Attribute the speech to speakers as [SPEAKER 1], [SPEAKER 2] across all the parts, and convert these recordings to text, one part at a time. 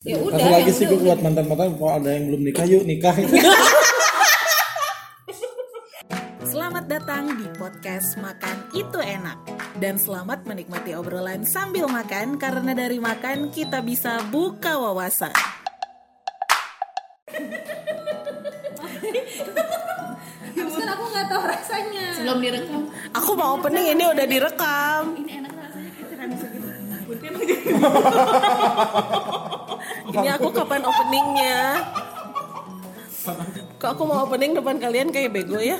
[SPEAKER 1] ya udah
[SPEAKER 2] Aku
[SPEAKER 1] yang
[SPEAKER 2] lagi
[SPEAKER 3] gitu.
[SPEAKER 2] sih gue
[SPEAKER 1] udah-
[SPEAKER 2] buat mantan-mantan kalau ada yang belum nikah yuk nikah.
[SPEAKER 4] Selamat datang di podcast Makan Itu Enak Dan selamat menikmati obrolan sambil makan Karena dari makan kita bisa buka wawasan
[SPEAKER 1] Terus kan aku nggak tahu rasanya
[SPEAKER 3] Belum direkam.
[SPEAKER 4] Aku mau opening ini udah direkam
[SPEAKER 3] Ini enak rasanya kayak tiramisu gitu.
[SPEAKER 4] Ini aku kapan openingnya Kok aku mau opening depan kalian kayak bego ya?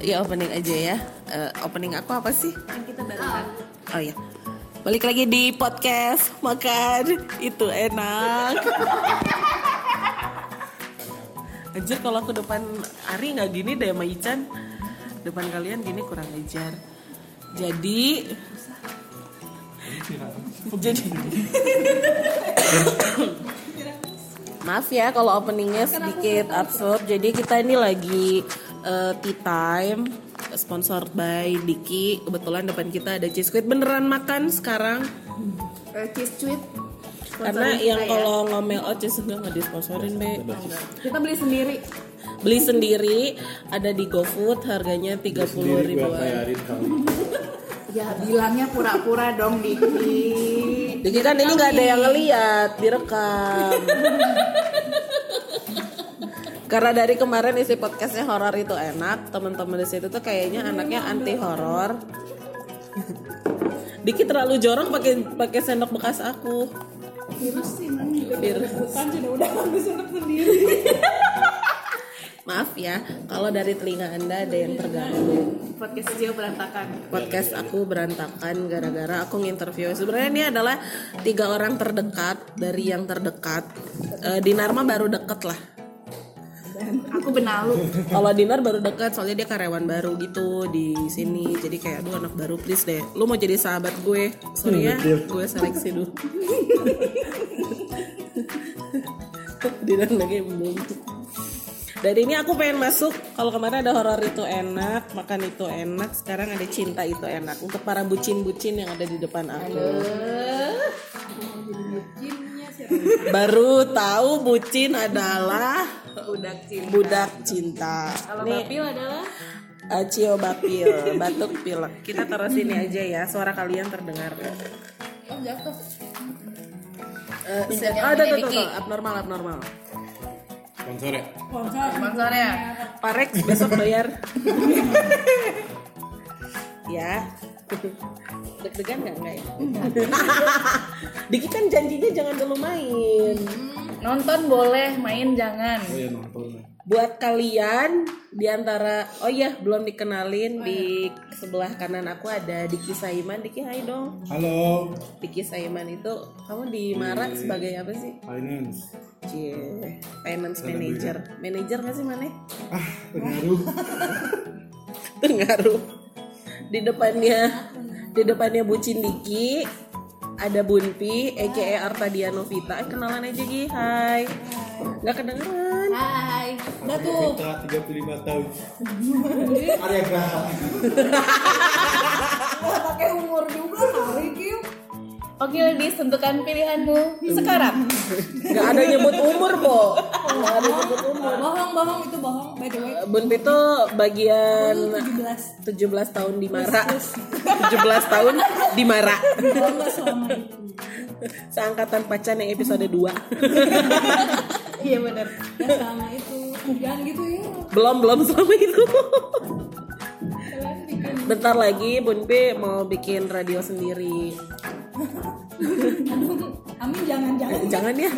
[SPEAKER 4] Ya opening aja ya Eh, Opening aku apa sih? Oh iya Balik lagi di podcast Makan Itu Enak Anjir kalau aku depan Ari nggak gini deh sama Ican Depan kalian gini kurang ajar Jadi Jadi Maaf ya kalau openingnya sedikit absurd Jadi kita ini lagi eh, tea time Sponsored by Diki Kebetulan depan kita ada cheese squid Beneran makan sekarang
[SPEAKER 3] Eh, cheese tweet. ya.
[SPEAKER 4] Karena yang kalau ngomel Oh cheese squid nggak disponsorin be
[SPEAKER 3] Kita beli sendiri.
[SPEAKER 4] beli sendiri ada di GoFood harganya tiga puluh
[SPEAKER 2] Sendiri gue
[SPEAKER 4] ribuan.
[SPEAKER 2] bayarin kamu.
[SPEAKER 3] Ya bilangnya pura-pura dong Diki.
[SPEAKER 4] Jadi kan ini nggak ada yang ngeliat direkam. Karena dari kemarin isi podcastnya horor itu enak, teman-teman di situ tuh kayaknya anaknya anti horor. Dikit terlalu jorok pakai pakai sendok bekas aku. Virus sih Maaf ya, kalau dari telinga anda ada yang terganggu.
[SPEAKER 3] Podcast dia berantakan.
[SPEAKER 4] podcast aku berantakan gara-gara aku nginterview sebenarnya ini adalah tiga orang terdekat dari yang terdekat Eh, Dinar mah baru deket lah
[SPEAKER 3] Aku benalu.
[SPEAKER 4] kalau Dinar baru deket soalnya dia karyawan baru gitu di sini jadi kayak aduh anak baru please deh lu mau jadi sahabat gue sorry ya
[SPEAKER 2] Hmm,
[SPEAKER 4] gue seleksi dulu Dinar lagi membentuk dari ini aku pengen masuk kalau kemarin ada horor itu enak makan itu enak sekarang ada cinta itu enak untuk para bucin-bucin yang ada di depan aku baru tahu bucin adalah
[SPEAKER 3] Budak cinta.
[SPEAKER 4] budak cinta
[SPEAKER 3] Kalau
[SPEAKER 4] Nih,
[SPEAKER 3] Bapil adalah
[SPEAKER 4] Uh, Cio bapil, batuk pilek. Kita taruh sini aja ya, suara kalian terdengar.
[SPEAKER 3] Oh jatuh.
[SPEAKER 4] Eh, set- ah, ada tuh, tuh, tuh, abnormal, abnormal.
[SPEAKER 2] Sponsor ya.
[SPEAKER 3] Sponsor ya.
[SPEAKER 4] Parex besok bayar. ya. Deg-degan nggak nggak ya? Diki kan janjinya jangan dulu main.
[SPEAKER 3] Nonton boleh, main jangan.
[SPEAKER 2] Oh ya nonton.
[SPEAKER 4] Buat kalian di antara oh iya belum dikenalin di sebelah kanan aku ada Diki Saiman, Diki hai dong.
[SPEAKER 2] Halo.
[SPEAKER 4] Diki Saiman itu kamu di Marak sebagai apa sih?
[SPEAKER 2] Finance.
[SPEAKER 4] Cie, finance manager. Manager nggak sih mana?
[SPEAKER 2] Ah pengaruh.
[SPEAKER 4] Tergaruh. Di depannya di depannya Bucin Diki ada Bunpi, EKE Artadia Novita. Eh, kenalan aja Gi, hai. Nggak kedengeran.
[SPEAKER 3] Hai.
[SPEAKER 2] Udah tuh. Kita 35 tahun. Arya Graha.
[SPEAKER 3] Pakai umur juga hari Kim. Oke ladies, tentukan pilihanmu sekarang.
[SPEAKER 4] Nggak ada nyebut umur, Bo. Nggak ada nyebut umur.
[SPEAKER 5] bohong bohong itu bohong by the way
[SPEAKER 4] Bunpi tuh bagian
[SPEAKER 5] 17
[SPEAKER 4] 17 tahun di Mara. 17 tahun di Mara.
[SPEAKER 5] kalau nggak selama itu
[SPEAKER 4] Seangkatan pacan yang episode 2.
[SPEAKER 3] Iya benar.
[SPEAKER 5] nggak selama itu jangan gitu ya
[SPEAKER 4] belum belum selama itu bentar lagi Bunpe mau bikin radio sendiri
[SPEAKER 5] amin jangan jangan
[SPEAKER 4] jangan ya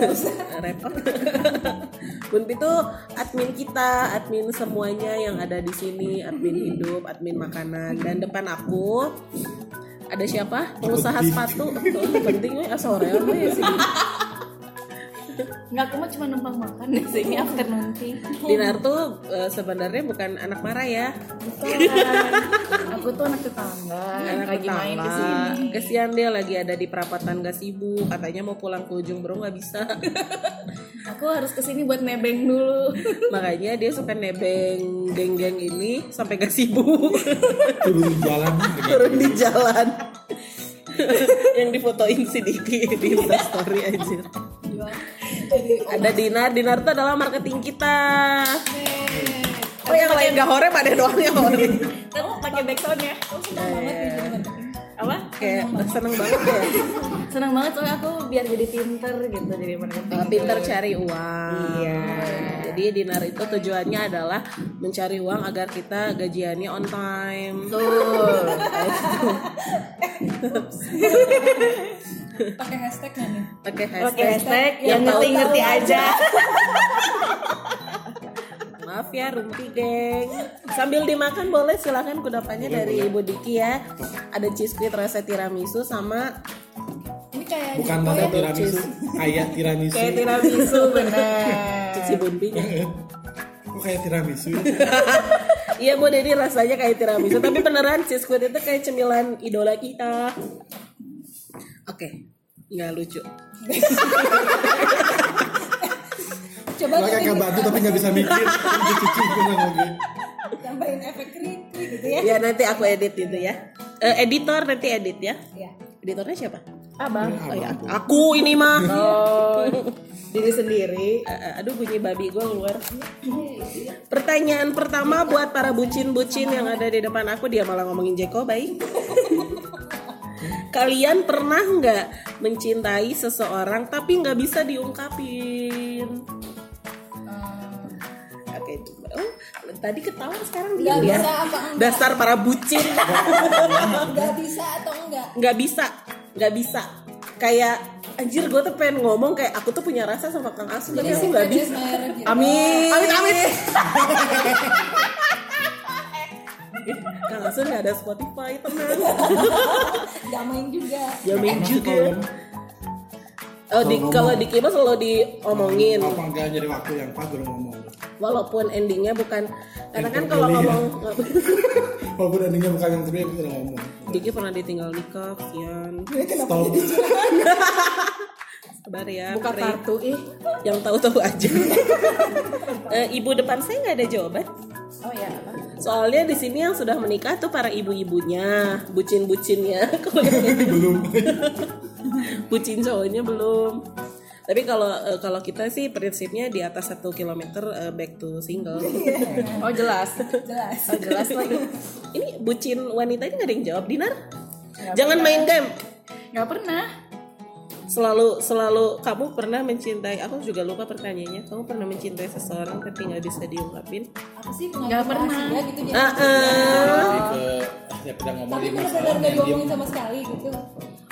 [SPEAKER 4] repot Bunpe tuh admin kita admin semuanya yang ada di sini admin hidup admin makanan dan depan aku ada siapa pengusaha sepatu Tuh, penting ya, weh asorel weh sih
[SPEAKER 3] Enggak, aku mah cuma numpang makan di sini afternoon tea.
[SPEAKER 4] Dinar tuh eh, sebenarnya bukan anak marah ya
[SPEAKER 3] aku tuh anak tetangga
[SPEAKER 4] anak
[SPEAKER 3] lagi main di sini
[SPEAKER 4] sini. Kesian dia lagi ada di perapatan gak sibuk, katanya mau pulang ke ujung bro nggak bisa.
[SPEAKER 3] aku harus ke sini buat nebeng dulu
[SPEAKER 4] Makanya dia suka nebeng geng-geng ini sampai gak sibuk
[SPEAKER 2] Turun di jalan.
[SPEAKER 4] turun di jalan. yang difotoin si Diki di Instastory anjir. Ada Dinar, Dinar itu adalah marketing kita. Oh yang lain gak horem ada doang yang horem.
[SPEAKER 3] Kamu pakai backsound ya?
[SPEAKER 5] Senang banget nih jadi marketing.
[SPEAKER 3] Apa?
[SPEAKER 4] Kayak seneng banget ya.
[SPEAKER 3] gitu. Senang banget soalnya aku biar jadi pinter gitu jadi marketing.
[SPEAKER 4] Nah, Pinter cari uang. Jadi dinar itu tujuannya adalah mencari uang agar kita gajiannya on time. Tuh.
[SPEAKER 5] Pakai hashtag nggak nih?
[SPEAKER 4] Pakai hashtag.
[SPEAKER 3] Pakai hashtag
[SPEAKER 4] yang
[SPEAKER 3] yang ngerti-ngerti aja.
[SPEAKER 4] Maaf ya rumpi geng. Sambil dimakan boleh silahkan kudapannya dari Ibu Diki ya. Ada cheese curd rasa tiramisu sama
[SPEAKER 5] Ini kayak
[SPEAKER 2] Bukan rasa tiramisu, kayak tiramisu.
[SPEAKER 4] kayak tiramisu benar. Cici bumbinya.
[SPEAKER 2] Kok kayak tiramisu? ya?
[SPEAKER 4] Iya Bu Dedi rasanya kayak tiramisu tapi beneran cheese curd itu kayak cemilan idola kita. Oke, nggak lucu.
[SPEAKER 5] coba
[SPEAKER 2] Lah
[SPEAKER 5] tuh
[SPEAKER 2] kakak bantu tapi nggak bisa mikir. Ini Cici bilang lagi.
[SPEAKER 5] di- tambahin efek krik krik gitu ya.
[SPEAKER 4] Ya nanti aku edit itu ya. Eh, editor nanti edit ya.
[SPEAKER 5] Iya.
[SPEAKER 4] Editornya siapa?
[SPEAKER 3] Abang.
[SPEAKER 4] Oh, ya. Aku ini mah.
[SPEAKER 3] Diri sendiri.
[SPEAKER 4] Oh, Eh, aduh bunyi babi gue keluar. Pertanyaan pertama buat para bucin-bucin yang ada di depan aku dia malah ngomongin Jeko baik. Kalian pernah nggak mencintai seseorang tapi nggak bisa diungkapin? Oke, coba. Oh, tadi ketawa sekarang dia
[SPEAKER 5] Nggak
[SPEAKER 4] ya.
[SPEAKER 5] bisa apa enggak?
[SPEAKER 4] Dasar para bucin
[SPEAKER 5] Nggak bisa atau enggak?
[SPEAKER 4] nggak bisa, nggak bisa. Kayak anjir gue tuh pengen ngomong kayak aku tuh punya rasa sama Kang Asun tapi aku nggak bisa. Amin. Amin amin. Kang Asun nggak ada Spotify tenang.
[SPEAKER 5] Gak main juga.
[SPEAKER 4] Jamin
[SPEAKER 2] Kenapa sih
[SPEAKER 4] juga.
[SPEAKER 2] kalau
[SPEAKER 4] Oh, di, kalau di Kimas selalu diomongin
[SPEAKER 2] Apa nggak nyari waktu yang pas baru ngomong?
[SPEAKER 4] walaupun endingnya bukan karena kan
[SPEAKER 2] Ending
[SPEAKER 4] kalau
[SPEAKER 2] iya.
[SPEAKER 4] ngomong
[SPEAKER 2] Walaupun endingnya bukan yang terbaik, aku udah ngomong.
[SPEAKER 4] Diki pernah ditinggal nikah, Kian.
[SPEAKER 2] Stop.
[SPEAKER 4] Sabar ya.
[SPEAKER 3] Buka
[SPEAKER 4] Pri.
[SPEAKER 3] kartu ih.
[SPEAKER 4] Yang tahu-tahu aja. Eh, ibu depan saya nggak ada jawaban.
[SPEAKER 3] Oh ya, apa?
[SPEAKER 4] Soalnya di sini yang sudah menikah tuh para ibu-ibunya, bucin-bucinnya. Kalau yang
[SPEAKER 2] Belum.
[SPEAKER 4] bucin cowoknya belum. Tapi kalau eh, kalau kita sih prinsipnya di atas satu kilometer eh, back to single.
[SPEAKER 3] Oh jelas.
[SPEAKER 5] Jelas.
[SPEAKER 3] Oh jelas lagi.
[SPEAKER 4] Ini bucin wanita ini gak ada yang jawab, Dinar. Jangan main game.
[SPEAKER 3] Gak pernah.
[SPEAKER 4] Selalu selalu kamu pernah mencintai. Aku juga lupa pertanyaannya. Kamu pernah mencintai seseorang tapi nggak bisa diungkapin.
[SPEAKER 5] Apa sih
[SPEAKER 3] Nggak pernah.
[SPEAKER 5] Ya gitu dia.
[SPEAKER 4] Ah, ah.
[SPEAKER 2] Ya udah ngomong
[SPEAKER 5] Tapi benar-benar nggak diomongin sama sekali gitu.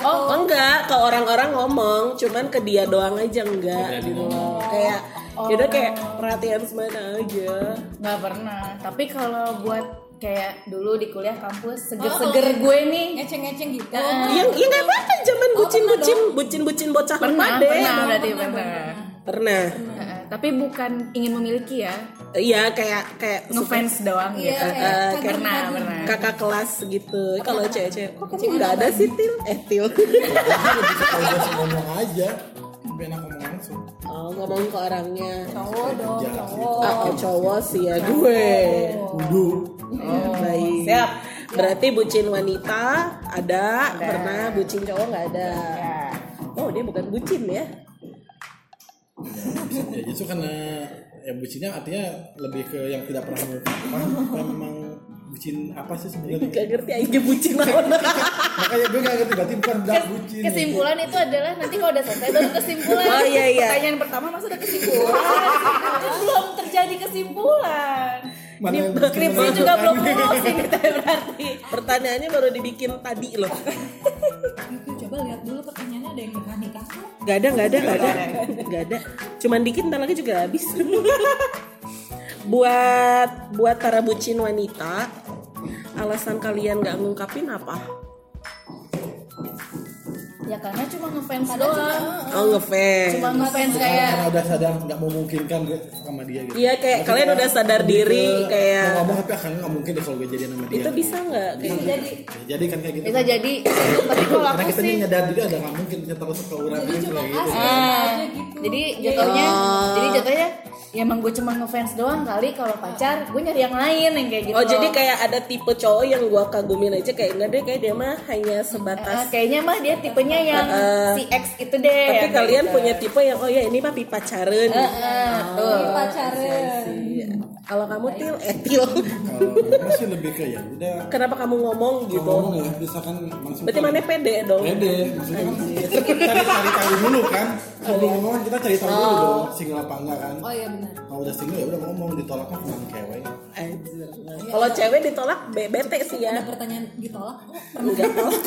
[SPEAKER 4] Oh enggak, ke orang-orang ngomong, cuman ke dia doang aja enggak gitu loh. Kayak yaudah kayak perhatian semana aja.
[SPEAKER 3] Gak pernah. Tapi kalau buat kayak dulu di kuliah kampus seger-seger gue nih.
[SPEAKER 5] Ngeceng-ngeceng gitu.
[SPEAKER 4] Yang ya enggak apa-apa zaman bucin-bucin, bucin-bucin bocah
[SPEAKER 3] Pernah,
[SPEAKER 4] remaja.
[SPEAKER 3] pernah berarti pernah.
[SPEAKER 4] Pernah.
[SPEAKER 3] Heeh, Tapi bukan ingin memiliki ya.
[SPEAKER 4] Iya kayak kayak
[SPEAKER 3] Ngefans doang
[SPEAKER 5] Iya,
[SPEAKER 3] gitu.
[SPEAKER 5] kayak
[SPEAKER 4] Eh,
[SPEAKER 5] kagum
[SPEAKER 3] Pernah,
[SPEAKER 5] kagum.
[SPEAKER 3] pernah.
[SPEAKER 4] kakak kelas gitu. Kalau cewek-cewek, kok kamu enggak ada sih Til? Eh Til.
[SPEAKER 2] Kalau gue sih ngomong aja, lebih enak ngomong langsung.
[SPEAKER 4] oh, ngomong ke orangnya.
[SPEAKER 5] Cowok dong,
[SPEAKER 2] Kerja,
[SPEAKER 5] cowok.
[SPEAKER 4] Ah, oh, cowok sih ya gue.
[SPEAKER 2] Kudu.
[SPEAKER 4] Baik. Oh, Siap. Berarti bucin wanita ada, pernah bucin cowok nggak ada. Oh dia bukan bucin ya?
[SPEAKER 2] Ya justru karena ya bucinnya artinya lebih ke yang tidak pernah mengungkapkan. Karena memang bucin apa sih sebenarnya?
[SPEAKER 4] Gak ngerti aja bucin naon.
[SPEAKER 2] Makanya gue gak ngerti berarti bukan bilang bucin.
[SPEAKER 3] Kesimpulan itu adalah nanti kalau udah selesai baru kesimpulan.
[SPEAKER 4] Oh, iya, iya.
[SPEAKER 3] Pertanyaan pertama masa udah kesimpulan. Kan belum terjadi kesimpulan.
[SPEAKER 2] Mana yang bucin,
[SPEAKER 4] skripsi
[SPEAKER 2] mana yang
[SPEAKER 3] Juga
[SPEAKER 2] bukan.
[SPEAKER 3] belum lulus ini teh berarti.
[SPEAKER 4] Pertanyaannya baru dibikin tadi loh.
[SPEAKER 5] Itu coba lihat dulu pertanyaannya ada yang nikah nikah tuh.
[SPEAKER 4] Gak ada, gak ada, gak ada, gak ada. Cuman dikit, ntar lagi juga habis. buat buat para bucin wanita, alasan kalian nggak ngungkapin apa?
[SPEAKER 3] Ya karena cuma ngefans doang.
[SPEAKER 4] Oh ngefans.
[SPEAKER 3] Cuma ngefans kayak
[SPEAKER 2] karena udah sadar nggak memungkinkan gue sama dia gitu.
[SPEAKER 4] Iya kayak kalian udah sadar diri
[SPEAKER 2] Mau
[SPEAKER 4] kayak
[SPEAKER 2] ngomong tapi akan nggak mungkin deh kalau gue jadian sama dia.
[SPEAKER 4] itu bisa nggak kayak
[SPEAKER 5] Jadi
[SPEAKER 2] Ya, jadi kan kayak gitu.
[SPEAKER 3] bisa jadi tapi kalau
[SPEAKER 2] karena
[SPEAKER 3] aku
[SPEAKER 2] kita ini
[SPEAKER 3] sih
[SPEAKER 2] nyadar juga ada nggak mungkin kita terus ke urang
[SPEAKER 5] jadi
[SPEAKER 2] gitu
[SPEAKER 5] cuma
[SPEAKER 2] kayak gitu.
[SPEAKER 5] asal
[SPEAKER 3] Ah,
[SPEAKER 5] aja gitu.
[SPEAKER 4] Oh.
[SPEAKER 3] jadi jatuhnya jadi jatuhnya ya emang gue cuma ngefans doang kali kalau pacar gue nyari yang lain yang kayak gitu
[SPEAKER 4] Oh jadi kayak ada tipe cowok yang gua kagumin aja kayak enggak deh kayak dia mah
[SPEAKER 3] Eh,
[SPEAKER 4] hanya sebatas.
[SPEAKER 3] kayaknya mah dia tipenya yang
[SPEAKER 4] Eh, eh.
[SPEAKER 3] si X itu deh
[SPEAKER 4] Tapi
[SPEAKER 3] yang
[SPEAKER 4] kalian
[SPEAKER 3] kayak
[SPEAKER 4] punya tipe yang oh ya ini mah pipa caren.
[SPEAKER 3] gitu. Eh, eh, tuh.
[SPEAKER 1] pacaran
[SPEAKER 4] Iya. Kalau kamu til, eh til.
[SPEAKER 2] Kalau kamu sih lebih ke ya udah
[SPEAKER 4] Kenapa kamu ngomong
[SPEAKER 2] kalau
[SPEAKER 4] gitu?
[SPEAKER 2] ngomong ya misalkan langsung
[SPEAKER 4] Berarti Iya. mana pede dong?
[SPEAKER 2] pede maksudnya kan cari cari tahu dulu kan sebelum ngomong kan kita cari tahu dulu
[SPEAKER 4] Oh.
[SPEAKER 2] dong single apa enggak kan
[SPEAKER 5] Oh iya benar.
[SPEAKER 2] kalau udah single ya udah ngomong ditolak kan cuma kewe
[SPEAKER 4] Anjir. Kalau cewek ditolak be- bete sih ya.
[SPEAKER 5] Ada pertanyaan ditolak? Oh,
[SPEAKER 4] Enggak tolak.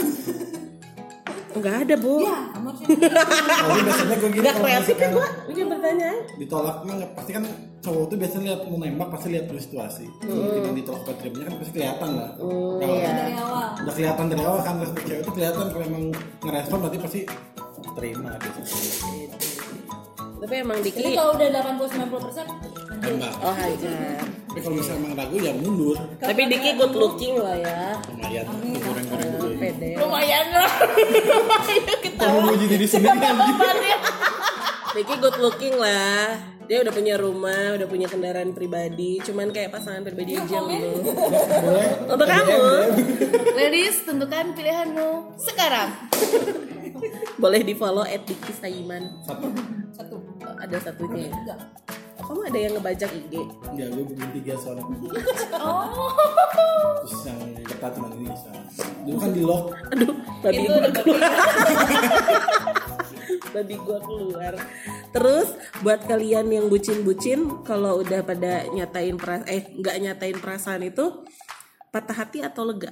[SPEAKER 4] Enggak ada, Bu.
[SPEAKER 5] ya, kamu harusnya
[SPEAKER 4] Iya.
[SPEAKER 2] kalau biasanya gue gini
[SPEAKER 4] Enggak
[SPEAKER 2] kalau
[SPEAKER 4] kreatif kan
[SPEAKER 2] misalkan
[SPEAKER 4] gua. Punya pertanyaan.
[SPEAKER 2] ditolak mah nggak- pasti kan cowok tuh biasanya lihat mau nembak pasti lihat dulu situasi
[SPEAKER 4] Hmm.
[SPEAKER 2] kemungkinan ditolak atau diterimanya kan pasti kelihatan lah
[SPEAKER 4] Oh, iya.
[SPEAKER 2] kalau
[SPEAKER 5] dari awal.
[SPEAKER 2] udah kelihatan dari awal kan respon cewek itu kelihatan kalau emang ngerespon berarti pasti terima biasanya
[SPEAKER 4] Tapi emang
[SPEAKER 5] Jadi
[SPEAKER 4] Diki
[SPEAKER 5] kalau udah 80 90% nanti
[SPEAKER 2] tembak
[SPEAKER 4] Oh, hajar.
[SPEAKER 2] tapi kalau misalnya emang ragu ya mundur
[SPEAKER 4] Tapi Diki good looking lah ya.
[SPEAKER 2] lumayan tuh goreng-goreng dulu ya.
[SPEAKER 4] Pede.
[SPEAKER 3] lumayan lah
[SPEAKER 2] Kok memuji diri sendiri anjing?
[SPEAKER 4] ya? Diki good looking lah. Dia udah punya rumah, udah punya kendaraan pribadi. Cuman kayak pasangan
[SPEAKER 5] Iya,
[SPEAKER 4] pribadi aja belum.
[SPEAKER 2] Boleh?
[SPEAKER 4] Untuk kamu,
[SPEAKER 3] ladies tentukan pilihanmu sekarang
[SPEAKER 4] boleh di follow at Diki Saiman.
[SPEAKER 2] Satu.
[SPEAKER 5] satu.
[SPEAKER 4] Ada satunya. ya?
[SPEAKER 5] Enggak.
[SPEAKER 4] Oh, Kamu ada yang ngebajak IG?
[SPEAKER 2] Ya, gue bikin tiga soalnya.
[SPEAKER 5] Oh,
[SPEAKER 2] Terus yang ketat cuma ini soalnya. Dulu kan di lock.
[SPEAKER 4] Aduh, babi
[SPEAKER 5] Itu
[SPEAKER 4] gua
[SPEAKER 5] udah
[SPEAKER 4] keluar. babi gua keluar. Terus buat kalian yang bucin-bucin, kalau udah pada nyatain perasaan, eh nggak nyatain perasaan itu patah hati atau lega?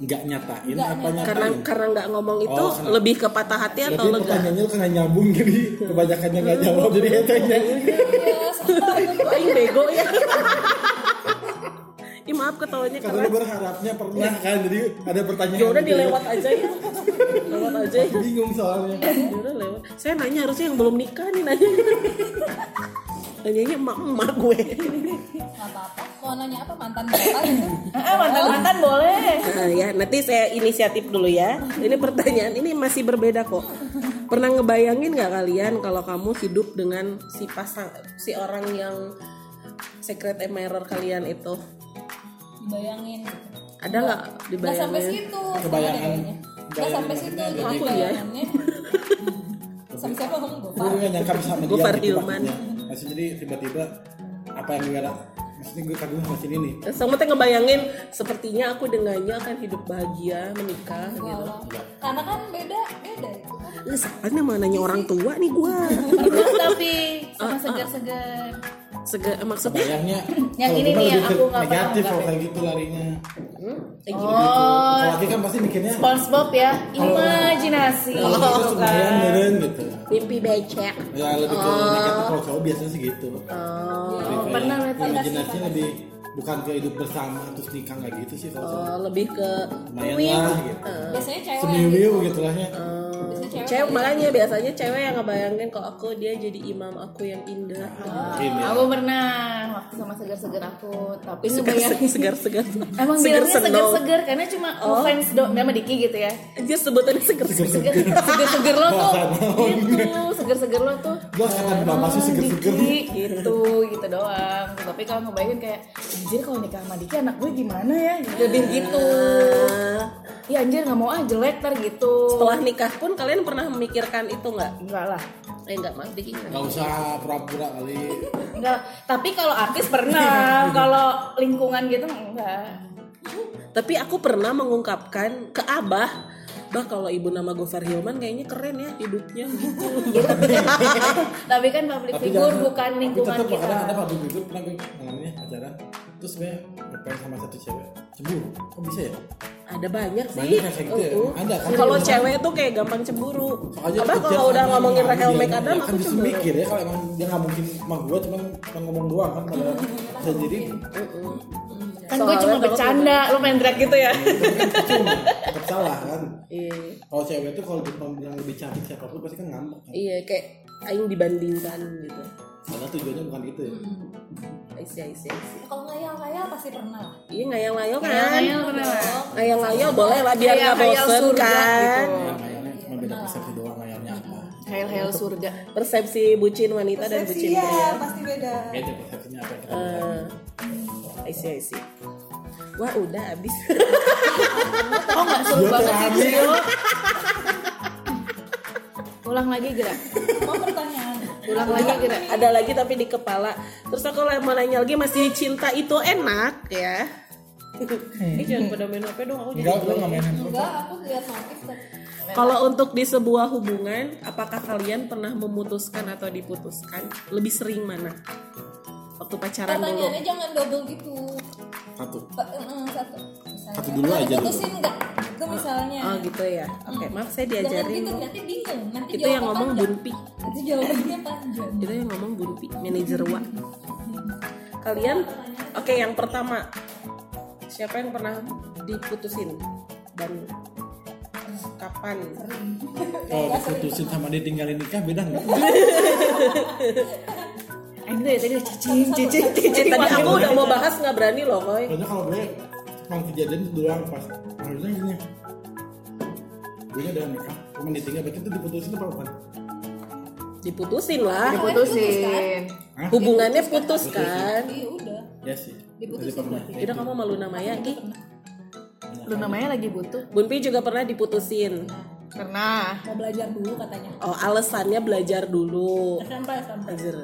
[SPEAKER 2] Nggak nyatain apa nyatain?
[SPEAKER 4] Karena karena nggak ngomong itu
[SPEAKER 2] Oh, karena-
[SPEAKER 4] lebih ke patah hati atau
[SPEAKER 2] Jadi
[SPEAKER 4] lega?
[SPEAKER 2] pertanyaannya kan nggak nyambung jadi kebanyakannya nggak jawab jadi hetanya.
[SPEAKER 5] iya,
[SPEAKER 4] Kok aing bego ya? Ih maaf ketawanya
[SPEAKER 2] Katanya
[SPEAKER 4] keras.
[SPEAKER 2] berharapnya pernah kan jadi ada pertanyaan.
[SPEAKER 4] Ya udah
[SPEAKER 2] gitu.
[SPEAKER 4] dilewat aja ya. Lewat aja ya.
[SPEAKER 2] Bingung soalnya.
[SPEAKER 4] Ya udah lewat. Saya nanya harusnya yang belum nikah nih nanya. Nanyanya emak-emak gue.
[SPEAKER 5] Enggak apa-apa. Mau nanya apa mantan berapa gitu.
[SPEAKER 4] Oh.
[SPEAKER 3] mantan mantan boleh
[SPEAKER 4] Nah, ya, nanti saya inisiatif dulu ya. Ini pertanyaan ini masih berbeda kok. Pernah ngebayangin nggak kalian kalau kamu hidup dengan si pasang si orang yang secret admirer kalian itu?
[SPEAKER 5] Dibayangin. gitu.
[SPEAKER 4] Ada nggak
[SPEAKER 5] Enggak sampai
[SPEAKER 4] dibayangin?
[SPEAKER 5] situ.
[SPEAKER 2] Kebayangan.
[SPEAKER 5] Enggak sampai situ.
[SPEAKER 2] Kebayangan.
[SPEAKER 5] Jadi
[SPEAKER 4] Aku ya.
[SPEAKER 5] bayangannya. Sampai siapa ngomong
[SPEAKER 2] gue
[SPEAKER 5] gue?
[SPEAKER 2] gak nyangka bisa sama
[SPEAKER 4] Gua
[SPEAKER 2] dia
[SPEAKER 4] Fahri
[SPEAKER 2] gitu
[SPEAKER 4] Hilman.
[SPEAKER 2] maksudnya Maksudnya jadi tiba-tiba apa yang gue lakukan maksudnya gue kagum sama sini nih
[SPEAKER 4] Sama teh ngebayangin sepertinya aku dengannya akan hidup bahagia menikah gitu.
[SPEAKER 5] Karena kan beda, beda. ya.
[SPEAKER 4] Eh, soalnya mau nanya orang tua nih gua.
[SPEAKER 3] Bagus tapi sama segar-segar
[SPEAKER 4] Sege- maksudnya
[SPEAKER 2] bayangnya
[SPEAKER 3] Yang
[SPEAKER 2] kalau
[SPEAKER 3] ini
[SPEAKER 2] gue
[SPEAKER 3] nih, yang
[SPEAKER 2] mah lebih
[SPEAKER 3] aku
[SPEAKER 2] ke
[SPEAKER 3] nggak pernah
[SPEAKER 2] negatif kalau
[SPEAKER 3] ungkapin.
[SPEAKER 2] kayak gitu larinya
[SPEAKER 4] Eh, gitu.
[SPEAKER 3] oh
[SPEAKER 2] kalau laki kan pasti mikirnya
[SPEAKER 3] SpongeBob ya imajinasi
[SPEAKER 2] kalau kita sembahyang meren gitu
[SPEAKER 4] mimpi becek.
[SPEAKER 2] ya lebih ke negatif kalau cowok biasanya sih gitu Lebih kayak
[SPEAKER 3] Oh. pernah berarti.
[SPEAKER 2] imajinasinya lebih bukan ke hidup bersama terus nikah nggak gitu sih kalau cowok
[SPEAKER 4] Oh, lebih ke
[SPEAKER 2] lumayan lah gitu
[SPEAKER 3] Oh.
[SPEAKER 5] Biasanya cewek.
[SPEAKER 2] semiwiu gitu lah ya
[SPEAKER 5] Biasanya cewek.
[SPEAKER 4] eh, cewek makanya biasanya cewek yang ngebayangin kok aku dia jadi imam aku yang indah
[SPEAKER 2] mungkin ya
[SPEAKER 3] aku pernah waktu sama segar-segar aku tapi
[SPEAKER 4] segar
[SPEAKER 3] ngebayangin-
[SPEAKER 4] segar segar
[SPEAKER 3] Emang
[SPEAKER 4] segar
[SPEAKER 3] bilangnya
[SPEAKER 4] senau.
[SPEAKER 3] segar-segar karena cuma fans do nama Diki gitu ya.
[SPEAKER 4] dia sebutannya segar segar
[SPEAKER 3] Segar- Segar-segar lo tuh. Gitu, segar-segar lo tuh.
[SPEAKER 2] gue kata bapak
[SPEAKER 3] Oh,
[SPEAKER 2] sih seger-seger
[SPEAKER 3] Diki gitu, gitu doang. Tapi kalau ngebayangin kayak anjir kalau nikah sama Diki anak gue gimana ya? Lebih gitu. Ya anjir nggak mau ah jelek ntar gitu.
[SPEAKER 4] setelah nikah pun kalian pernah memikirkan itu nggak
[SPEAKER 3] Enggak lah.
[SPEAKER 4] eh nggak mas Diki nggak.
[SPEAKER 2] nggak usah pura-pura kali
[SPEAKER 3] Enggak. Tapi kalau artis pernah, kalau lingkungan gitu enggak.
[SPEAKER 4] tapi aku pernah mengungkapkan ke abah Bah kalau ibu nama gue Hilman kayaknya keren ya hidupnya gitu.
[SPEAKER 3] Tapi kan public figure bukan lingkungan
[SPEAKER 2] tapi kan- tetap
[SPEAKER 3] kita.
[SPEAKER 2] kadang ada public figure pernah gue ngalaminnya acara terus gue ngepel sama satu cewek cemburu kok bisa ya
[SPEAKER 4] Ada banyak sih.
[SPEAKER 2] banyak yang kayak gitu ya
[SPEAKER 4] Uh-uh.
[SPEAKER 2] ada kan
[SPEAKER 4] Kalau cewek tuh kayak gampang cemburu.
[SPEAKER 2] Soalnya kan
[SPEAKER 4] Abah
[SPEAKER 2] kejar
[SPEAKER 4] kalau udah
[SPEAKER 2] sama
[SPEAKER 4] ngomongin
[SPEAKER 2] dia,
[SPEAKER 4] Rachel
[SPEAKER 2] dia-
[SPEAKER 4] McAdam
[SPEAKER 2] kan
[SPEAKER 4] aku
[SPEAKER 2] bisa
[SPEAKER 4] cemburu.
[SPEAKER 2] mikir ya kalau emang dia nggak mungkin sama gue cuman cuma ngomong doang kan padahal bisa jadi
[SPEAKER 4] Iya, Uh-uh.
[SPEAKER 3] Kan gue cuma bercanda, lo main drag gitu ya.
[SPEAKER 2] tapi kan percuma tetap salah kan
[SPEAKER 4] Iya,
[SPEAKER 2] kalau cewek tuh kalau depan bilang lebih cantik siapapun pasti kan ngambek kan
[SPEAKER 4] iya kayak aing dibandingkan gitu.
[SPEAKER 2] padahal tujuannya bukan itu ya
[SPEAKER 4] Hmm. Aisyah, Aisyah, Aisyah.
[SPEAKER 5] Kalau ngayal-ngayal pasti pernah lah.
[SPEAKER 4] Iya ngayang layo kan?
[SPEAKER 3] Ngayal-ngayal pernah lah.
[SPEAKER 4] Ngayang layo boleh lah biar nggak
[SPEAKER 3] Ngayal-ngayal
[SPEAKER 4] bosen
[SPEAKER 3] Iya, surga
[SPEAKER 4] kan.
[SPEAKER 3] gitu.
[SPEAKER 4] Hmm.
[SPEAKER 2] Yang kayaknya cuma beda persepsi doang kayaknya apa
[SPEAKER 3] Hail-hail surga.
[SPEAKER 4] persepsi bucin wanita dan bucin
[SPEAKER 3] iya.
[SPEAKER 5] Persepsi ya,
[SPEAKER 4] pria
[SPEAKER 5] pasti beda.
[SPEAKER 2] beda persepsinya apa yang kita
[SPEAKER 4] Eh, I see, I see. Wah udah abis
[SPEAKER 3] Oh nggak seru
[SPEAKER 2] Dia
[SPEAKER 3] banget sih
[SPEAKER 2] terhamil.
[SPEAKER 3] Jio. Ulang lagi gerak.
[SPEAKER 5] Mau pertanyaan?
[SPEAKER 3] Ulang lagi gerak.
[SPEAKER 4] Ada lagi tapi di kepala Terus aku lah- mau nanya lagi masih cinta itu enak ya Ini jangan pada main HP dong aku jadi
[SPEAKER 2] enggak lo nggak main
[SPEAKER 4] iya.
[SPEAKER 2] handphone
[SPEAKER 1] Enggak, aku lihat notif tapi
[SPEAKER 4] Kalau untuk di sebuah hubungan, apakah kalian pernah memutuskan atau diputuskan? Lebih sering mana? Waktu pacaran dulu.
[SPEAKER 1] pertanyaannya jangan double gitu.
[SPEAKER 2] satu
[SPEAKER 1] Ba- eh, eh, Satu. Misalnya,
[SPEAKER 2] Satu dulu
[SPEAKER 1] "Ah,
[SPEAKER 2] aja dulu."
[SPEAKER 1] Putusin enggak? Itu misalnya.
[SPEAKER 4] Oh gitu ya. Oke, maaf saya
[SPEAKER 1] Jangan
[SPEAKER 4] diajarin.
[SPEAKER 1] gitu
[SPEAKER 4] dong.
[SPEAKER 1] nanti bingung. Nanti
[SPEAKER 4] Itu yang
[SPEAKER 1] jawabannya
[SPEAKER 4] ngomong
[SPEAKER 1] panjang.
[SPEAKER 4] Bunpi.
[SPEAKER 1] Nanti jawabannya panjang.
[SPEAKER 4] Itu yang ngomong Bunpi, manajer Wa. Kalian Oke, yang pertama. Siapa yang pernah diputusin dan kapan? Iya,
[SPEAKER 2] kalau diputusin sama dia tinggalin nikah beda nggak
[SPEAKER 3] Ah, Ini dari tadi udah cicing, cicing, cicing.
[SPEAKER 4] Eh, tadi aku udah mau bahas nggak berani loh, Koy.
[SPEAKER 2] karena kalau gue emang kejadian itu doang pas harusnya gini gue nya udah nikah cuma ditinggal berarti itu diputusin apa bukan
[SPEAKER 4] Diputusin lah.
[SPEAKER 3] Diputusin.
[SPEAKER 2] Hah?
[SPEAKER 4] Hubungannya putus kan?
[SPEAKER 1] Iya udah.
[SPEAKER 2] ya sih diputusin pernah
[SPEAKER 4] Ya udah kamu malu namanya Ki.
[SPEAKER 3] Lu namanya lagi butuh.
[SPEAKER 4] Bunpi juga pernah diputusin.
[SPEAKER 3] Karena
[SPEAKER 1] Mau belajar dulu katanya.
[SPEAKER 4] Oh, alasannya belajar dulu.
[SPEAKER 1] SMP SMP.
[SPEAKER 4] Anjir.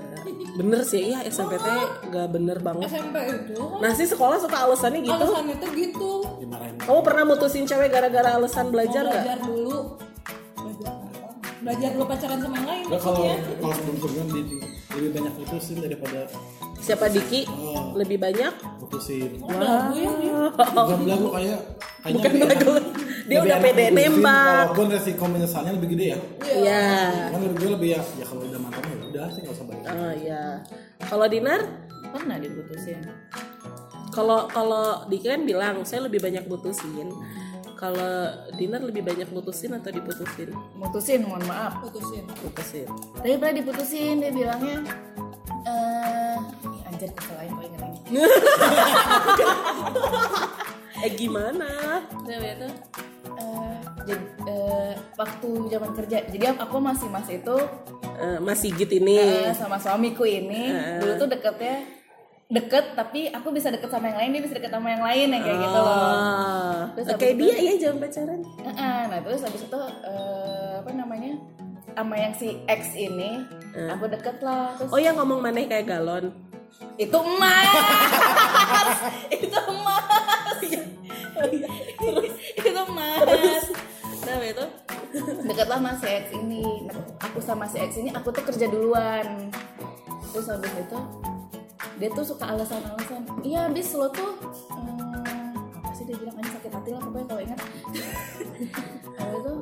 [SPEAKER 4] Bener sih, iya SMP teh gak bener banget.
[SPEAKER 1] SMP itu
[SPEAKER 4] Nah sih sekolah suka alasannya gitu.
[SPEAKER 1] alasannya tuh gitu.
[SPEAKER 2] dimarahin
[SPEAKER 4] Kamu pernah mutusin cewek gara-gara alasan
[SPEAKER 1] Mau
[SPEAKER 4] belajar nggak?
[SPEAKER 1] belajar dulu. Belajar apa? Belajar dulu pacaran sama yang lain.
[SPEAKER 2] Enggak kalau
[SPEAKER 4] Iya.
[SPEAKER 1] maksudnya.
[SPEAKER 2] kalau sebelum sebelum lebih banyak putusin daripada
[SPEAKER 4] Siapa Diki? Lebih banyak?
[SPEAKER 2] putusin
[SPEAKER 1] Lagu ya, dia.
[SPEAKER 2] bukan belagu kayak kayaknya
[SPEAKER 4] Bukan
[SPEAKER 2] lebih
[SPEAKER 4] lagu.
[SPEAKER 2] enak.
[SPEAKER 4] Dia
[SPEAKER 2] Lebih
[SPEAKER 4] udah
[SPEAKER 2] enak
[SPEAKER 4] pede
[SPEAKER 2] diputusin,
[SPEAKER 4] nembak.
[SPEAKER 2] walaupun resiko menyesalnya lebih gede ya
[SPEAKER 4] Iya.
[SPEAKER 2] kan menurut gue lebih ya ya kalau udah mantan ya udah sih nggak usah balik
[SPEAKER 4] Oh iya. Kalau Dinar?
[SPEAKER 3] pernah diputusin.
[SPEAKER 4] Kalau kalau Diki kan bilang saya lebih banyak mutusin. Kalau Dinar lebih banyak mutusin atau diputusin?
[SPEAKER 3] Mutusin, mohon maaf.
[SPEAKER 1] Putusin.
[SPEAKER 4] Putusin.
[SPEAKER 3] Tapi pernah diputusin dia bilangnya eh ini anjir kesalahan gue inget lagi.
[SPEAKER 4] Eh gimana?
[SPEAKER 3] Terus itu eh jadi eh, waktu zaman kerja. Jadi aku masih masih itu
[SPEAKER 4] Eh, Mas Sigit ini.
[SPEAKER 3] eh, sama suamiku ini dulu tuh deketnya deket tapi aku bisa deket sama yang lain dia bisa deket sama yang lain yang kayak gitu loh.
[SPEAKER 4] Ah,
[SPEAKER 3] Terus
[SPEAKER 4] kayak
[SPEAKER 3] habis
[SPEAKER 4] dia ya jangan pacaran.
[SPEAKER 3] Heeh, nah terus habis itu eh, apa namanya sama yang si X ini aku deket lah terus
[SPEAKER 4] Oh ya ngomong maneh kayak galon.
[SPEAKER 3] itu emas itu emas itu emas nah itu dekatlah sama si X ini Nah, aku sama si X ini aku tuh kerja duluan terus habis itu dia tuh suka alasan-alasan iya habis lo tuh hmm, apa sih dia bilang aja sakit hati lah pokoknya kalau ingat Habis itu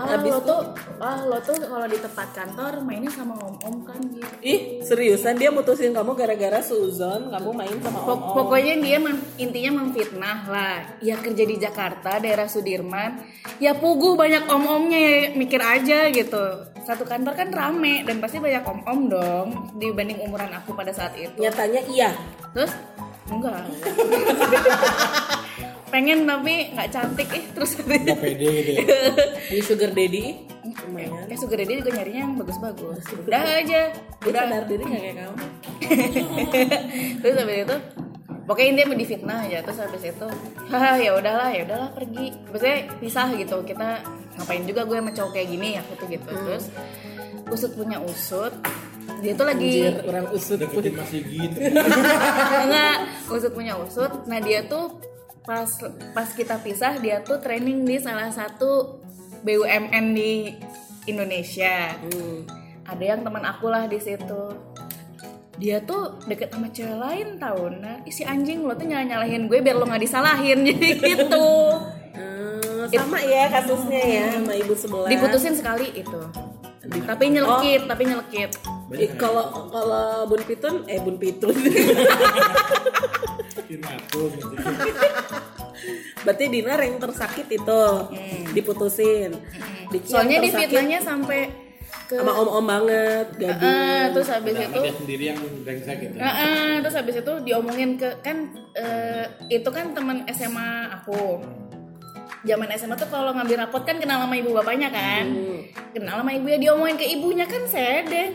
[SPEAKER 3] ah
[SPEAKER 4] Habis
[SPEAKER 3] lo tuh ah lo tuh kalau di tempat kantor mainnya sama om-om kan gitu
[SPEAKER 4] Ih seriusan dia mutusin kamu gara-gara Suzon kamu main sama om.
[SPEAKER 3] Pok- pokoknya dia mem- intinya memfitnah lah. Ya kerja di Jakarta, daerah Sudirman. Ya pugu banyak om-omnya ya, mikir aja gitu. Satu kantor kan rame dan pasti banyak om-om dong dibanding umuran aku pada saat itu.
[SPEAKER 4] Nyatanya iya.
[SPEAKER 3] Terus enggak. Pengen tapi nggak cantik eh terus
[SPEAKER 2] nggak pede gitu ya
[SPEAKER 4] Di sugar daddy lumayan.
[SPEAKER 3] Kayak sugar daddy juga nyarinya yang bagus-bagus. Udah aja.
[SPEAKER 4] Dia
[SPEAKER 3] Udah
[SPEAKER 4] sadar diri nggak kayak kamu?
[SPEAKER 3] terus habis itu pokoknya intinya mau difitnah aja terus habis itu haha ya udahlah ya udahlah pergi maksudnya pisah gitu kita ngapain juga gue sama cowok kayak gini aku tuh gitu terus usut punya usut dia tuh lagi
[SPEAKER 4] Anjir, orang usut.
[SPEAKER 2] deketin masih gitu
[SPEAKER 3] enggak usut punya usut nah dia tuh pas pas kita pisah dia tuh training di salah satu BUMN di Indonesia
[SPEAKER 4] Hmm.
[SPEAKER 3] ada yang teman aku lah di situ dia tuh deket sama cewek lain tau nah ih, si anjing lo tuh nyalah nyalahin gue biar lo nggak disalahin jadi gitu
[SPEAKER 4] Eh, sama ya kasusnya ya sama ibu sebelah.
[SPEAKER 3] diputusin sekali itu tapi nyelekit tapi nyelekit
[SPEAKER 4] Eh, Kalau kalau Bun Pitun, eh Bun Pitun.
[SPEAKER 2] Bikin aku gitu
[SPEAKER 4] Berarti Dinar yang tersakit itu Hmm. diputusin. Diki yang
[SPEAKER 3] soalnya
[SPEAKER 4] tersakit
[SPEAKER 3] difitnahnya sampai ke
[SPEAKER 4] sama om-om banget, gadis.
[SPEAKER 3] Eh, terus habis
[SPEAKER 2] Nah,
[SPEAKER 3] itu
[SPEAKER 2] dia sendiri yang brengsek gitu
[SPEAKER 3] Nah, eh, terus habis itu diomongin ke kan eh, itu kan teman SMA aku. zaman SMA tuh kalau ngambil rapot kan kenal sama ibu bapaknya kan
[SPEAKER 4] Hmm.
[SPEAKER 3] kenal sama ibunya diomongin ke ibunya kan sedeh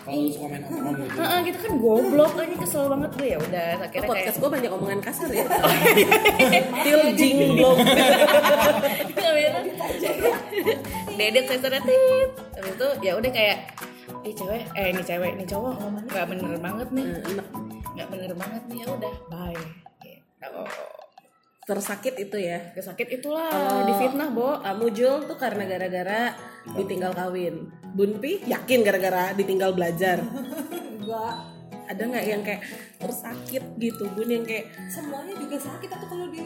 [SPEAKER 2] kalau lu suka main om gitu
[SPEAKER 3] Heeh, gitu kan goblok aja kesel banget gue ya udah akhirnya kayak
[SPEAKER 4] podcast gue banyak omongan kasar ya. Til jing blok.
[SPEAKER 3] Dede kesernya tit Habis itu ya udah kayak Ih cewek, eh ini cewek, ini cowok Gak bener banget nih
[SPEAKER 5] Hmm.
[SPEAKER 3] Gak bener banget nih, ya udah bye Gitu
[SPEAKER 4] Tersakit itu ya.
[SPEAKER 3] Gak sakit itulah, difitnah Bo
[SPEAKER 4] Ah, Mujul tuh
[SPEAKER 5] Nah.
[SPEAKER 4] karena gara-gara ditinggal kawin. Bunpi yakin gara-gara ditinggal belajar.
[SPEAKER 5] enggak
[SPEAKER 4] Ada nggak yang kayak tersakit gitu Bun yang kayak
[SPEAKER 5] semuanya juga sakit atau kalau di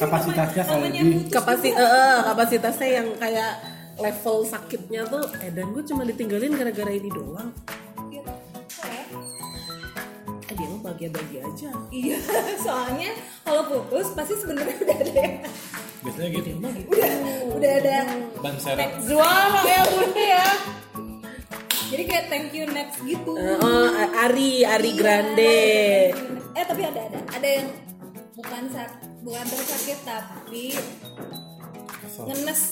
[SPEAKER 2] Kapasitasnya kalau
[SPEAKER 5] namanya
[SPEAKER 2] di-
[SPEAKER 5] putus
[SPEAKER 4] kapasi eh, eh, kapasitasnya yang kayak level sakitnya tuh eh dan gue cuma ditinggalin gara-gara ini doang.
[SPEAKER 1] Iya.
[SPEAKER 5] sakit. Eh,
[SPEAKER 4] Eh dia mah bahagia-bahagia aja.
[SPEAKER 5] iya soalnya kalau putus pasti sebenarnya udah ada yang-
[SPEAKER 2] biasanya gitu
[SPEAKER 5] udah udah ada yang
[SPEAKER 4] Hmm.
[SPEAKER 2] ban serep
[SPEAKER 3] Juara ya bunda ya
[SPEAKER 5] jadi kayak thank you next gitu
[SPEAKER 4] Eh, oh, Ari
[SPEAKER 5] Iya.
[SPEAKER 4] Ari Grande.
[SPEAKER 5] eh tapi ada ada ada yang bukan sak bukan tersakit tapi
[SPEAKER 2] Kesel.
[SPEAKER 5] ngenes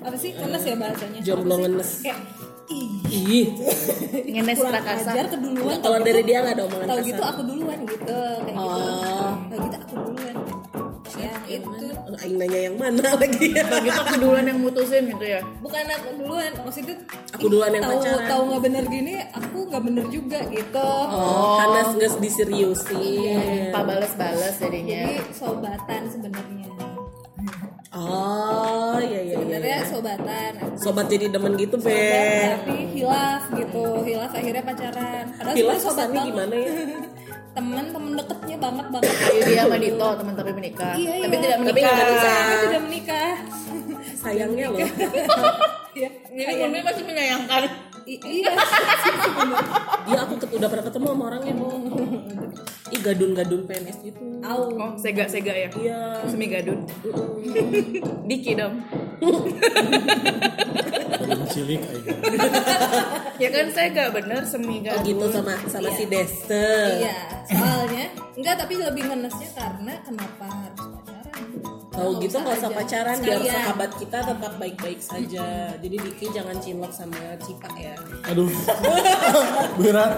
[SPEAKER 5] apa sih ngenes ya bahasanya
[SPEAKER 4] Jomblo ngenes.
[SPEAKER 5] kayak ih
[SPEAKER 4] Ih,
[SPEAKER 3] Ngenes
[SPEAKER 5] kurang
[SPEAKER 3] prakasa.
[SPEAKER 5] ajar keduluan
[SPEAKER 4] kalau
[SPEAKER 5] tau
[SPEAKER 4] dari
[SPEAKER 5] gitu-
[SPEAKER 4] dia nggak ada omongan
[SPEAKER 5] tahu
[SPEAKER 4] kasar.
[SPEAKER 5] gitu aku duluan gitu kayak gitu
[SPEAKER 4] Oh.
[SPEAKER 5] tahu gitu aku duluan ya itu
[SPEAKER 4] Eh, Aing nanya yang mana lagi ya?
[SPEAKER 3] Gitu aku duluan yang mutusin gitu ya
[SPEAKER 5] bukan aku duluan maksudnya
[SPEAKER 4] Aku duluan yang
[SPEAKER 5] tahu
[SPEAKER 4] pacaran.
[SPEAKER 5] tahu nggak bener gini aku nggak bener juga gitu
[SPEAKER 4] Oh, Hanas nges
[SPEAKER 5] Iya,
[SPEAKER 4] diseriusin.
[SPEAKER 3] Pak bales-bales
[SPEAKER 4] iya.
[SPEAKER 3] jadinya
[SPEAKER 5] jadi sobatan sebenarnya
[SPEAKER 4] Oh, iya iya iya.
[SPEAKER 5] sebenarnya sobatan
[SPEAKER 4] Sobat jadi demen gitu,
[SPEAKER 5] Sobat,
[SPEAKER 4] Beb.
[SPEAKER 5] tapi hilaf gitu hilaf akhirnya pacaran padahal
[SPEAKER 4] Hilaf
[SPEAKER 5] sebenarnya sobat
[SPEAKER 4] kesannya
[SPEAKER 5] banget.
[SPEAKER 4] gimana ya?
[SPEAKER 5] temen temen deketnya banget banget
[SPEAKER 3] Dia Iya, sama Dito teman tapi menikah
[SPEAKER 5] Iya, iya.
[SPEAKER 3] Tapi tidak
[SPEAKER 4] Tapi
[SPEAKER 3] menikah
[SPEAKER 4] nggak menikah.
[SPEAKER 5] Kami tidak menikah
[SPEAKER 4] Sayangnya loh.
[SPEAKER 5] Iya,
[SPEAKER 3] Jadi Bunda masih menyayangkan
[SPEAKER 5] i- iya
[SPEAKER 4] Iya, aku ket- udah pernah ketemu sama orangnya, Bu. Ih, gadun-gadun PNS gitu.
[SPEAKER 5] au
[SPEAKER 3] Oh sega-sega ya
[SPEAKER 4] Iya.
[SPEAKER 3] Semi gadun Diki dong
[SPEAKER 2] ban cilik gitu. aja
[SPEAKER 3] Ya kan saya gak bener semi
[SPEAKER 4] Oh,
[SPEAKER 3] gadun
[SPEAKER 4] gitu sama sama si Dester.
[SPEAKER 5] Iya, soalnya enggak tapi lebih ngenesnya karena kenapa harus pacaran?
[SPEAKER 4] Tahu gitu nggak usah
[SPEAKER 5] aja.
[SPEAKER 4] pacaran biar
[SPEAKER 5] Sekalian.
[SPEAKER 4] sahabat kita tetap baik-baik saja. Jadi Diki jangan cinlok sama Cipa ya.
[SPEAKER 2] aduh berat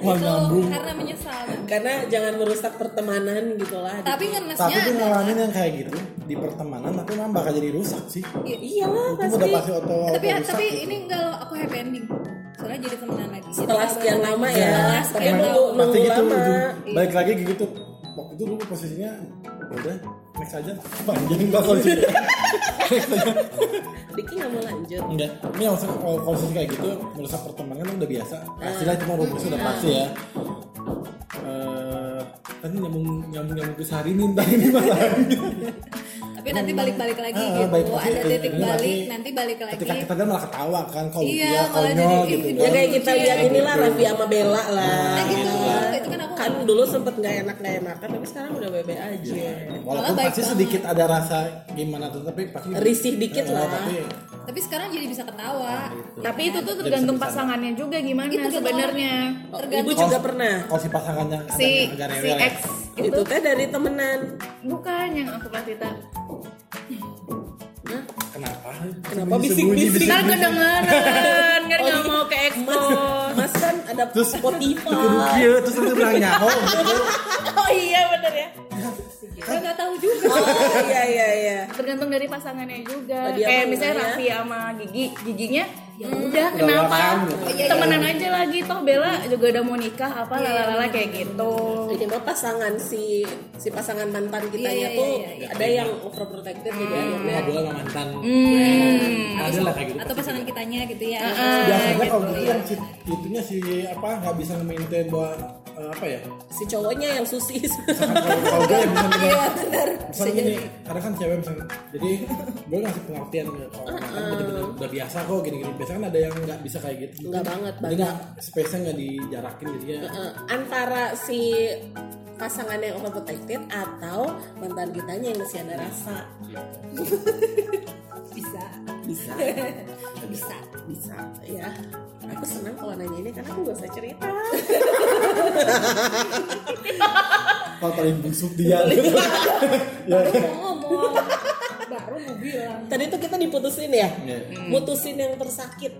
[SPEAKER 2] nggak nyambung
[SPEAKER 5] Gitu Karena menyesal.
[SPEAKER 4] Karena jangan merusak pertemanan gitulah.
[SPEAKER 5] Tapi
[SPEAKER 2] tapi
[SPEAKER 5] ngenesnya
[SPEAKER 2] gue ngalamin yang kayak gitu di pertemanan tapi emang bakal jadi rusak sih
[SPEAKER 5] Iya.
[SPEAKER 4] Iyalah
[SPEAKER 2] itu udah
[SPEAKER 4] pasti.
[SPEAKER 2] pasti auto
[SPEAKER 5] tapi ya,
[SPEAKER 2] auto rusak
[SPEAKER 5] tapi
[SPEAKER 2] gitu.
[SPEAKER 5] ini enggak loh, aku happy ending. Soalnya jadi temenan lagi.
[SPEAKER 4] setelah sekian lama ya
[SPEAKER 5] Iya, Setelah sekian
[SPEAKER 4] Karena
[SPEAKER 5] lama.
[SPEAKER 4] nunggu
[SPEAKER 2] pasti gitu
[SPEAKER 4] lama
[SPEAKER 2] ujung balik lagi kayak gitu waktu itu dulu posisinya "Ya udah next aja panjang bakal sih
[SPEAKER 4] Diki nggak mau lanjut
[SPEAKER 2] enggak ini maksudnya kalau posisi kayak gitu merusak pertemanan kan udah biasa pasti lah cuma rumus udah pasti ya Eh, tadi nyambung nyambung nyambung ke sehari nih entah ini masalahnya
[SPEAKER 5] Tapi nanti balik-balik lagi
[SPEAKER 2] Ah,
[SPEAKER 5] gitu.
[SPEAKER 2] balik lagi,
[SPEAKER 5] Ada titik
[SPEAKER 2] ini
[SPEAKER 5] balik,
[SPEAKER 2] lagi.
[SPEAKER 5] nanti balik lagi.
[SPEAKER 2] ketika kita kan malah ketawa kan kalau
[SPEAKER 5] Iya,
[SPEAKER 2] dia
[SPEAKER 5] malah
[SPEAKER 2] konyol
[SPEAKER 5] jadi-
[SPEAKER 2] gitu
[SPEAKER 4] ya
[SPEAKER 2] kan
[SPEAKER 5] Iya,
[SPEAKER 4] kayak kita lihat inilah Raffi sama Bella lah
[SPEAKER 5] Nah, gitu. Itu kan aku
[SPEAKER 4] kan dulu sempet nggak enak nggak enakan tapi sekarang udah bebe aja
[SPEAKER 5] Iya.
[SPEAKER 2] walaupun
[SPEAKER 5] Malah baik
[SPEAKER 2] pasti
[SPEAKER 5] banget.
[SPEAKER 2] sedikit ada rasa gimana tuh tapi pasti
[SPEAKER 4] Risih dikit
[SPEAKER 2] Eh,
[SPEAKER 4] lah.
[SPEAKER 2] tapi
[SPEAKER 5] tapi sekarang jadi bisa ketawa.
[SPEAKER 3] Tapi itu tuh tergantung pasangannya juga gimana
[SPEAKER 5] Itu tergantung
[SPEAKER 3] sebenarnya
[SPEAKER 4] Oh, ibu juga pernah
[SPEAKER 2] kalau si pasangannya agak-
[SPEAKER 3] Si,
[SPEAKER 2] agak
[SPEAKER 3] si
[SPEAKER 2] rewel ya
[SPEAKER 3] X itu,
[SPEAKER 4] itu teh dari temenan
[SPEAKER 3] bukan yang aku platita
[SPEAKER 2] kenapa
[SPEAKER 4] kenapa
[SPEAKER 2] Sembunyi,
[SPEAKER 4] bisik-bisik
[SPEAKER 3] Ntar kan kedengeran, kan gak mau ke
[SPEAKER 4] mas,
[SPEAKER 3] ekspor
[SPEAKER 4] mas kan ada
[SPEAKER 2] Terus- Kudu
[SPEAKER 4] Spotify
[SPEAKER 2] kieu terus nanti bilang nyaho gitu.
[SPEAKER 3] Oh iya bener ya
[SPEAKER 5] Kita enggak tahu juga.
[SPEAKER 4] oh iya iya iya
[SPEAKER 3] tergantung dari pasangannya juga
[SPEAKER 4] Oh, dia
[SPEAKER 3] kayak
[SPEAKER 4] mah
[SPEAKER 3] misalnya
[SPEAKER 4] enggak ya?
[SPEAKER 3] Raffi sama Gigi giginya ya udah kenapa
[SPEAKER 2] welcome gitu.
[SPEAKER 3] Oh, iya, iya. temenan aja lagi toh Bella juga udah mau nikah apa lalala kayak gitu
[SPEAKER 4] Ini mah pasangan si si pasangan mantan kitanya
[SPEAKER 5] Iya, iya,
[SPEAKER 4] tuh
[SPEAKER 5] iya,
[SPEAKER 4] ada yang overprotective jadi akhirnya
[SPEAKER 2] Ngobrol sama mantan.
[SPEAKER 3] hmm.
[SPEAKER 2] Ada lah kayak gitu.
[SPEAKER 5] Atau pasangan kitanya gitu ya.
[SPEAKER 2] Biasanya kalau gitu yang si itunya si apa nggak bisa nge-maintain bahwa eh, apa ya?
[SPEAKER 4] si cowoknya yang susis
[SPEAKER 2] Kalau kalau gue ya bisa
[SPEAKER 5] Iya,
[SPEAKER 2] bilang
[SPEAKER 5] benar.
[SPEAKER 2] misalnya gini, karena kan cewek misalnya, jadi gue ngasih pengertian ke kalau orang kan bener-bener udah biasa kok gini-gini. Biasanya kan ada yang nggak bisa kayak gitu.
[SPEAKER 4] Nggak banget,
[SPEAKER 2] Jadi nggak space-nya nggak dijarakin jadinya.
[SPEAKER 4] Eh, antara si pasangan yang overprotected atau mantan kitanya yang masih ada rasa
[SPEAKER 5] Bisa.
[SPEAKER 4] bisa
[SPEAKER 5] Bisa.
[SPEAKER 4] bisa ya aku senang kalau nanya ini karena aku gak usah cerita
[SPEAKER 2] Kalau paling busuk dia. gitu. ya,
[SPEAKER 5] Mau ngomong.
[SPEAKER 4] Tadi tuh kita diputusin ya?
[SPEAKER 2] Iya.
[SPEAKER 4] Mutusin yang tersakit.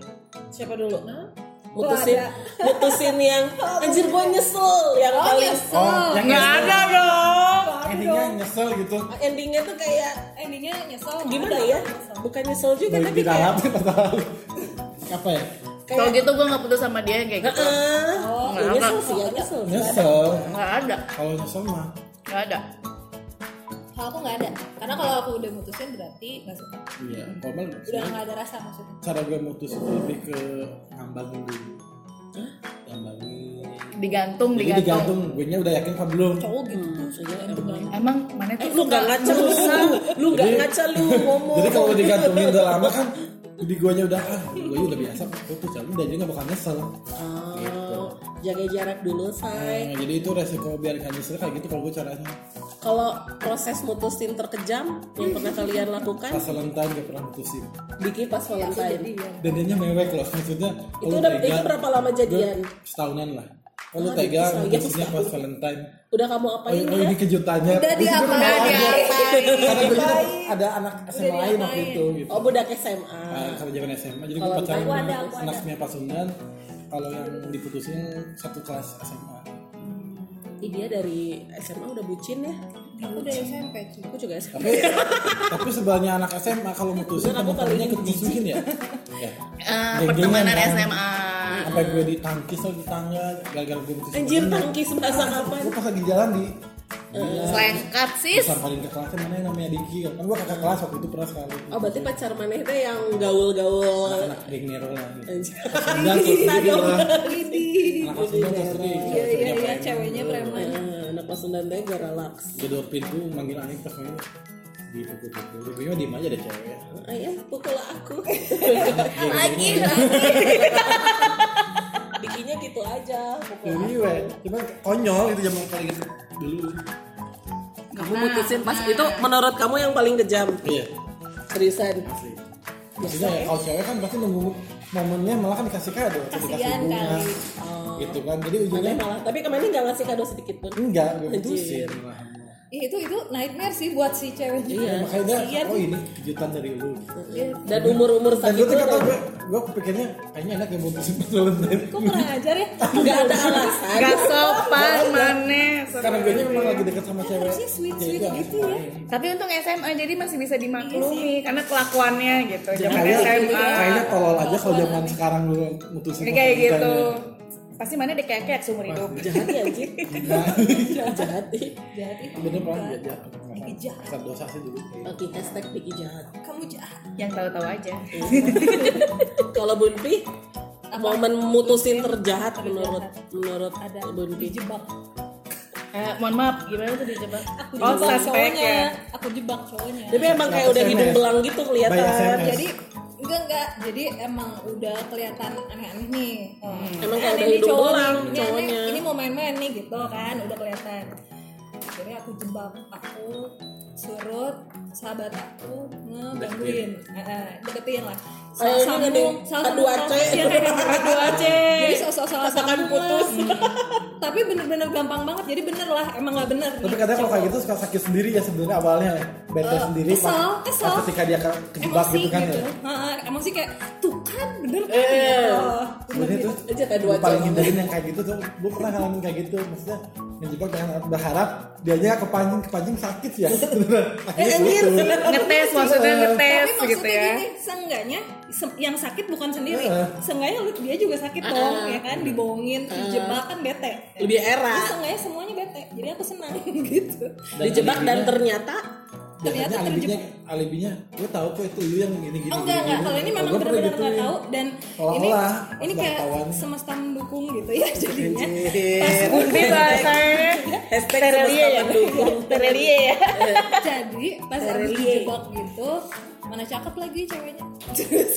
[SPEAKER 4] Siapa dulu?
[SPEAKER 5] Oh,
[SPEAKER 4] Mutusin,
[SPEAKER 5] ada.
[SPEAKER 4] mutusin yang anjir gue nyesel yang paling
[SPEAKER 2] Oh, yang
[SPEAKER 3] Nggak ada dong.
[SPEAKER 2] Endingnya nyesel gitu.
[SPEAKER 4] Iya, endingnya tuh kayak
[SPEAKER 5] endingnya Eh, nyesel
[SPEAKER 4] gimana
[SPEAKER 5] ada.
[SPEAKER 4] ya? Bukan nyesel juga kan?
[SPEAKER 2] Baik
[SPEAKER 4] tapi
[SPEAKER 2] di
[SPEAKER 4] kayak
[SPEAKER 2] dalam atau dalam. Apa ya?
[SPEAKER 3] Kalau gitu gue nggak putus sama dia kayak gitu.
[SPEAKER 4] Heeh.
[SPEAKER 3] Oh,
[SPEAKER 4] Ya,
[SPEAKER 3] nggak
[SPEAKER 4] nyesel
[SPEAKER 3] ada.
[SPEAKER 4] sih ya nyesel.
[SPEAKER 2] Nyesel.
[SPEAKER 3] Nggak ada,
[SPEAKER 2] Kalau nyesel mah
[SPEAKER 3] nggak ada.
[SPEAKER 5] kalau aku nggak ada karena kalau aku udah mutusin berarti nggak suka
[SPEAKER 2] iya, kalau mah
[SPEAKER 5] udah nggak ada rasa maksudnya
[SPEAKER 2] cara gue mutus itu lebih ke ngambangin dulu. Ngambangin.
[SPEAKER 3] Digantung,
[SPEAKER 2] Jadi
[SPEAKER 3] digantung.
[SPEAKER 2] digantung, gue nya udah yakin apa belum?
[SPEAKER 5] cowok gitu tuh suka gantung banget.
[SPEAKER 3] Emang mana
[SPEAKER 4] Eh,
[SPEAKER 3] tuh
[SPEAKER 4] lu gak
[SPEAKER 3] suka-
[SPEAKER 4] ngaca lu Sam. lu gak
[SPEAKER 2] Jadi-
[SPEAKER 4] ngaca lu ngomong
[SPEAKER 2] Jadi kalau digantungin udah lama kan di guanya udah ah, gue udah biasa putus ya udah jadi nggak bakal nyesel.
[SPEAKER 4] Oh, jaga jarak dulu say
[SPEAKER 2] Nah, jadi itu resiko biar gak nyesel kayak gitu kalau gue caranya.
[SPEAKER 4] kalau proses mutusin terkejam yang pernah kalian lakukan
[SPEAKER 2] Pas Valentine gak pernah putusin.
[SPEAKER 4] Diki pas Valentine
[SPEAKER 2] Dan dianya mewek loh maksudnya.
[SPEAKER 4] itu
[SPEAKER 2] lu
[SPEAKER 4] udah
[SPEAKER 2] tega-
[SPEAKER 4] itu berapa lama jadian
[SPEAKER 2] Gue setahunan lah kalau
[SPEAKER 4] Ah,
[SPEAKER 2] tega
[SPEAKER 4] bisa, iya,
[SPEAKER 2] mutusinnya
[SPEAKER 4] setahun.
[SPEAKER 2] pas Valentine
[SPEAKER 4] udah kamu
[SPEAKER 2] oh, oh,
[SPEAKER 4] apain ya
[SPEAKER 2] ini kejutannya
[SPEAKER 5] udah
[SPEAKER 2] Terus dia
[SPEAKER 5] diapain
[SPEAKER 3] Udah
[SPEAKER 2] bilang,
[SPEAKER 3] diapain.
[SPEAKER 2] karena gue juga ada anak SMA lain waktu itu gitu
[SPEAKER 4] oh budak SMA
[SPEAKER 2] Ah, sama zaman SMA jadi gue
[SPEAKER 4] Kalau
[SPEAKER 2] pacaran
[SPEAKER 4] aku
[SPEAKER 2] sama
[SPEAKER 5] Nah, ada, aku ada.
[SPEAKER 2] anaknya Pak Sundan kalau yang diputusin satu kelas SMA
[SPEAKER 4] Ih, dia dari SMA udah bucin ya
[SPEAKER 5] aku udah SMP cuy
[SPEAKER 4] aku juga SMA
[SPEAKER 2] tapi tapi sebenarnya anak SMA kalau mutusin
[SPEAKER 4] Bener, aku
[SPEAKER 2] teman-temannya
[SPEAKER 4] paling
[SPEAKER 2] ikut musuhin ya ya
[SPEAKER 3] Eh,
[SPEAKER 2] Geng-gengan
[SPEAKER 3] pertemanan
[SPEAKER 2] kan.
[SPEAKER 3] SMA.
[SPEAKER 5] Ah.
[SPEAKER 2] sampai gue ditangkis lagi di tangga gara-gara gue mutusin
[SPEAKER 4] anjir
[SPEAKER 2] temennya.
[SPEAKER 4] tangkis bahasa kapan
[SPEAKER 2] gue pas lagi jalan di
[SPEAKER 3] Selengkap sis.
[SPEAKER 2] disamperin ke kelasnya mana yang namanya Diki kan gue kakak kelas waktu itu pernah sekali
[SPEAKER 4] oh berarti pacar maneh teh yang gaul-gaul
[SPEAKER 2] anak geng Nero lah gitu.
[SPEAKER 4] anjir
[SPEAKER 2] Sundan tuh
[SPEAKER 4] Kita
[SPEAKER 2] sendiri
[SPEAKER 4] dong.
[SPEAKER 2] lah.
[SPEAKER 5] Widih.
[SPEAKER 2] anak Sundan tuh sendiri
[SPEAKER 5] iya iya iya ceweknya preman
[SPEAKER 4] Eh, anak pasundan teh gak relaks
[SPEAKER 2] gedor pintu manggil Aing pas main di pukul-pukul gue mah diem aja deh cewek
[SPEAKER 4] Ayah pukul aku
[SPEAKER 3] Lagi.
[SPEAKER 4] Bikinnya gitu aja pukul
[SPEAKER 2] ini we cuma konyol itu zaman kali gitu dulu
[SPEAKER 4] Kamu mutusin pas itu menurut kamu yang paling kejam
[SPEAKER 2] iya
[SPEAKER 4] Seriusan
[SPEAKER 2] asli maksudnya ya kalau cewek kan pasti nunggu momennya malah kan dikasih kado dikasih
[SPEAKER 5] Kasian
[SPEAKER 2] bunga
[SPEAKER 5] kali. Oh.
[SPEAKER 2] gitu kan jadi ujungnya
[SPEAKER 4] Maneh malah Tapi kemarin gak ngasih kado sedikit pun
[SPEAKER 2] enggak gue putusin malahan.
[SPEAKER 5] Ih, itu itu nightmare sih buat si
[SPEAKER 2] Ya,
[SPEAKER 5] ceweknya
[SPEAKER 2] makanya dia oh ini kejutan dari lu
[SPEAKER 4] Dan umur-umur
[SPEAKER 2] dan
[SPEAKER 4] sakit
[SPEAKER 2] gue tuh
[SPEAKER 4] udah
[SPEAKER 2] kata gue gue pikirnya kayaknya enak yang mutusin pas Valentine
[SPEAKER 5] kok kurang ajar ya
[SPEAKER 4] Gak ada alasan
[SPEAKER 3] Gak sopan mana.
[SPEAKER 2] karena gue nya memang lagi deket sama cewek
[SPEAKER 5] Harusnya sweet-sweet
[SPEAKER 2] Jadi gue
[SPEAKER 5] gitu
[SPEAKER 2] langsung
[SPEAKER 5] ya.
[SPEAKER 2] main.
[SPEAKER 3] Tapi untuk SMA jadi masih bisa dimaklumi karena kelakuannya gitu. Zaman
[SPEAKER 2] Kayaknya-
[SPEAKER 3] SMA.
[SPEAKER 2] kayaknya tolol aja kalau zaman sekarang dulu mutusin
[SPEAKER 3] Ini kayak
[SPEAKER 2] pasangan
[SPEAKER 3] gitu.
[SPEAKER 2] tanya.
[SPEAKER 3] Pasti mana dikekek seumur hidup.
[SPEAKER 4] Jahat ya anjir Jahat ih.
[SPEAKER 5] jahat itu
[SPEAKER 2] bener pernah dia jahat
[SPEAKER 5] Jahat.
[SPEAKER 2] Besar dosa sih dulu
[SPEAKER 4] Oke hashtag Diki jahat
[SPEAKER 5] kamu jahat
[SPEAKER 3] Yang tahu-tahu aja.
[SPEAKER 4] Kalau Bunpi Momen mutusin terjahat menurut menurut
[SPEAKER 5] ada
[SPEAKER 4] Bunpi
[SPEAKER 5] dijebak
[SPEAKER 3] Eh, mohon maaf, gimana tuh dijebak?
[SPEAKER 5] aku
[SPEAKER 3] Oh, suspek
[SPEAKER 5] jebak cowoknya
[SPEAKER 3] ya.
[SPEAKER 5] aku jebak cowoknya
[SPEAKER 4] Tapi emang kayak udah
[SPEAKER 2] SMS.
[SPEAKER 4] hidung belang gitu
[SPEAKER 2] Banyak
[SPEAKER 4] kelihatan
[SPEAKER 2] SMS.
[SPEAKER 5] jadi enggak enggak jadi emang udah kelihatan aneh-aneh nih Oh,
[SPEAKER 4] Hmm. Emang kayak
[SPEAKER 5] Aneh
[SPEAKER 4] udah
[SPEAKER 5] nih
[SPEAKER 4] hidung
[SPEAKER 5] cowok
[SPEAKER 4] belang
[SPEAKER 5] nih, ini aneh,
[SPEAKER 4] cowoknya
[SPEAKER 5] ini mau main-main nih gitu kan udah kelihatan akhirnya aku jebak aku surut sahabat aku ngegangguin Eh, deketin lah
[SPEAKER 4] Kayak Ah, ini
[SPEAKER 5] Sambung,
[SPEAKER 4] gandeng
[SPEAKER 5] sambung,
[SPEAKER 4] K2C.
[SPEAKER 5] sambung. Iya, kayak gandeng K2C. jadi sosok salah Hmm.
[SPEAKER 4] Katakan putus.
[SPEAKER 5] tapi bener-bener gampang banget jadi bener lah emang nggak bener
[SPEAKER 2] tapi
[SPEAKER 5] nih
[SPEAKER 2] kadang kalau kayak
[SPEAKER 5] cowok.
[SPEAKER 2] gitu suka sakit sendiri ya sebenarnya awalnya bete
[SPEAKER 5] Eh,
[SPEAKER 2] sendiri
[SPEAKER 5] kesel, kesel.
[SPEAKER 2] ketika dia ke- kejebak
[SPEAKER 5] emosi
[SPEAKER 2] gitu kan ya
[SPEAKER 5] Heeh, emosi kayak tuh kan bener kan
[SPEAKER 4] Eh.
[SPEAKER 5] gitu.
[SPEAKER 2] sebenarnya tuh
[SPEAKER 4] Aja kayak dua
[SPEAKER 2] gue paling
[SPEAKER 4] jam.
[SPEAKER 2] hindarin yang kayak gitu tuh gue pernah ngalamin kayak gitu maksudnya ngejebak dengan berharap dianya kepancing kepancing sakit ya
[SPEAKER 5] Eh,
[SPEAKER 2] akhirnya putus.
[SPEAKER 3] Ngetes maksudnya ngetes
[SPEAKER 5] tapi maksudnya
[SPEAKER 3] gitu ya.
[SPEAKER 5] gini seenggaknya se- yang sakit bukan sendiri
[SPEAKER 2] Heeh.
[SPEAKER 5] seenggaknya lu- dia juga sakit dong ya kan dibohongin dijebak kan bete
[SPEAKER 4] Lebih
[SPEAKER 5] Terus
[SPEAKER 4] era
[SPEAKER 5] seenggaknya semuanya bete jadi aku senang gitu
[SPEAKER 2] Dan
[SPEAKER 4] dijebak dan
[SPEAKER 2] alibinya-
[SPEAKER 4] ternyata
[SPEAKER 5] ternyata
[SPEAKER 2] Biasanya alibinya alibinya gue tahu kok itu lu yang gini gini
[SPEAKER 5] oh enggak
[SPEAKER 2] gini,
[SPEAKER 5] enggak
[SPEAKER 2] gini.
[SPEAKER 5] kalau ini
[SPEAKER 2] Oh,
[SPEAKER 5] memang
[SPEAKER 2] gua pernah
[SPEAKER 5] benar-benar nggak
[SPEAKER 2] gituin.
[SPEAKER 5] tahu dan
[SPEAKER 2] Olah,
[SPEAKER 5] ini
[SPEAKER 2] olah,
[SPEAKER 5] ini
[SPEAKER 2] pas
[SPEAKER 5] kayak
[SPEAKER 2] wartawan.
[SPEAKER 5] semesta mendukung gitu ya jadinya
[SPEAKER 3] Mungkin rasanya
[SPEAKER 4] Hashtag
[SPEAKER 3] Terelie
[SPEAKER 4] semesta
[SPEAKER 3] ya.
[SPEAKER 4] mendukung.
[SPEAKER 3] Terelie ya.
[SPEAKER 5] jadi pas habis dijebak gitu mana cakep lagi ceweknya terus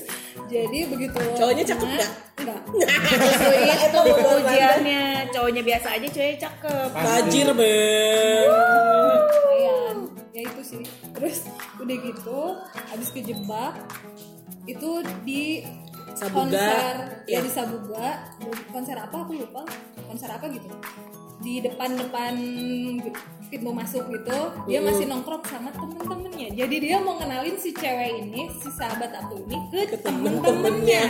[SPEAKER 5] jadi begitu
[SPEAKER 4] Cowoknya cakep
[SPEAKER 5] kena-
[SPEAKER 4] nggak?
[SPEAKER 5] enggak
[SPEAKER 3] Sesuai
[SPEAKER 4] Itu beneran.
[SPEAKER 3] ujiannya. Cowoknya biasa aja, ceweknya cakep.
[SPEAKER 4] tajir ben
[SPEAKER 5] lumayan ya itu sih terus udah gitu habis kejebak itu di
[SPEAKER 4] Sabuga.
[SPEAKER 5] konser
[SPEAKER 4] Ya.
[SPEAKER 5] ya di Sabuga konser apa aku lupa konser apa gitu di depan-depan pintu masuk gitu dia masih nongkrong sama temen-temennya jadi dia mau kenalin si cewek ini si sahabat aku ini ke, temen-temennya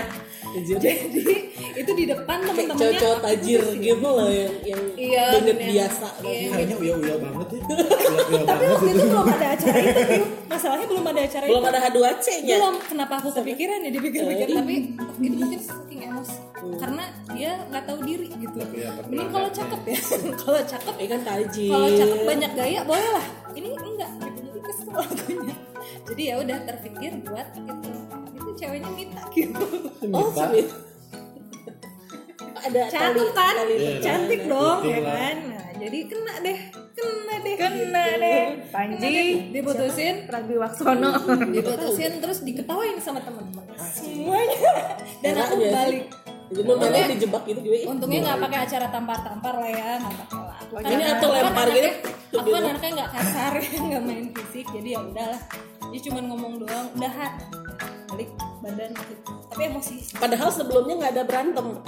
[SPEAKER 4] Jadi
[SPEAKER 5] jadi itu di depan
[SPEAKER 4] kayak
[SPEAKER 5] temen-temennya
[SPEAKER 4] cowok-cowok
[SPEAKER 5] aku
[SPEAKER 4] tajir
[SPEAKER 5] tuh sih.
[SPEAKER 4] gitu loh yang yang
[SPEAKER 5] Iya,
[SPEAKER 4] banget
[SPEAKER 5] bener.
[SPEAKER 4] biasa
[SPEAKER 5] Iya.
[SPEAKER 2] Kayaknya uya-uya banget ya. Uya-uya banget gitu.
[SPEAKER 5] tapi waktu
[SPEAKER 2] itu.
[SPEAKER 5] itu belum ada acara itu Tiu. masalahnya belum ada acara
[SPEAKER 4] belum
[SPEAKER 5] itu
[SPEAKER 4] ada H2C
[SPEAKER 3] Iya.
[SPEAKER 4] nya
[SPEAKER 5] belum kenapa aku kepikiran ya dipikir-pikir
[SPEAKER 3] Eh,
[SPEAKER 5] tapi itu mungkin saking emosi
[SPEAKER 3] Hmm.
[SPEAKER 5] karena dia nggak tahu diri gitu
[SPEAKER 2] Nggak kelihatan
[SPEAKER 5] mending kalau cakep ya kalau cakep
[SPEAKER 4] ini kan tajir
[SPEAKER 5] kalau
[SPEAKER 3] Iya.
[SPEAKER 5] cakep banyak gaya boleh lah ini enggak gitu jadi kesel akunya jadi ya udah terpikir buat itu itu ceweknya minta gitu
[SPEAKER 4] oh
[SPEAKER 2] Minta.
[SPEAKER 4] serius ada
[SPEAKER 5] cakep kan
[SPEAKER 2] Iya,
[SPEAKER 5] cantik dong ya
[SPEAKER 2] Putih lah.
[SPEAKER 5] kan nah, jadi kena deh kena deh
[SPEAKER 3] Kena
[SPEAKER 5] gitu.
[SPEAKER 3] deh.
[SPEAKER 5] Kena deh.
[SPEAKER 3] Panji
[SPEAKER 5] diputusin
[SPEAKER 3] Ragwi Waksono.
[SPEAKER 5] diputusin terus diketawain sama teman-teman semuanya dan
[SPEAKER 4] Enak
[SPEAKER 5] aku
[SPEAKER 4] ya.
[SPEAKER 5] balik
[SPEAKER 4] jadi mau mana dijebak gitu juga ya
[SPEAKER 5] untungnya nggak pakai acara tampar-tampar lah ya nggak pakai lah aku kan
[SPEAKER 4] Ini
[SPEAKER 5] anak-
[SPEAKER 4] atau
[SPEAKER 5] aku kan
[SPEAKER 4] lempar
[SPEAKER 5] anaknya-
[SPEAKER 4] gitu.
[SPEAKER 5] aku kan anaknya nggak kasar nggak main fisik jadi ya udahlah dia cuma ngomong doang udahan balik badan gitu. tapi emosi
[SPEAKER 4] padahal sebelumnya nggak ada berantem
[SPEAKER 5] Iya.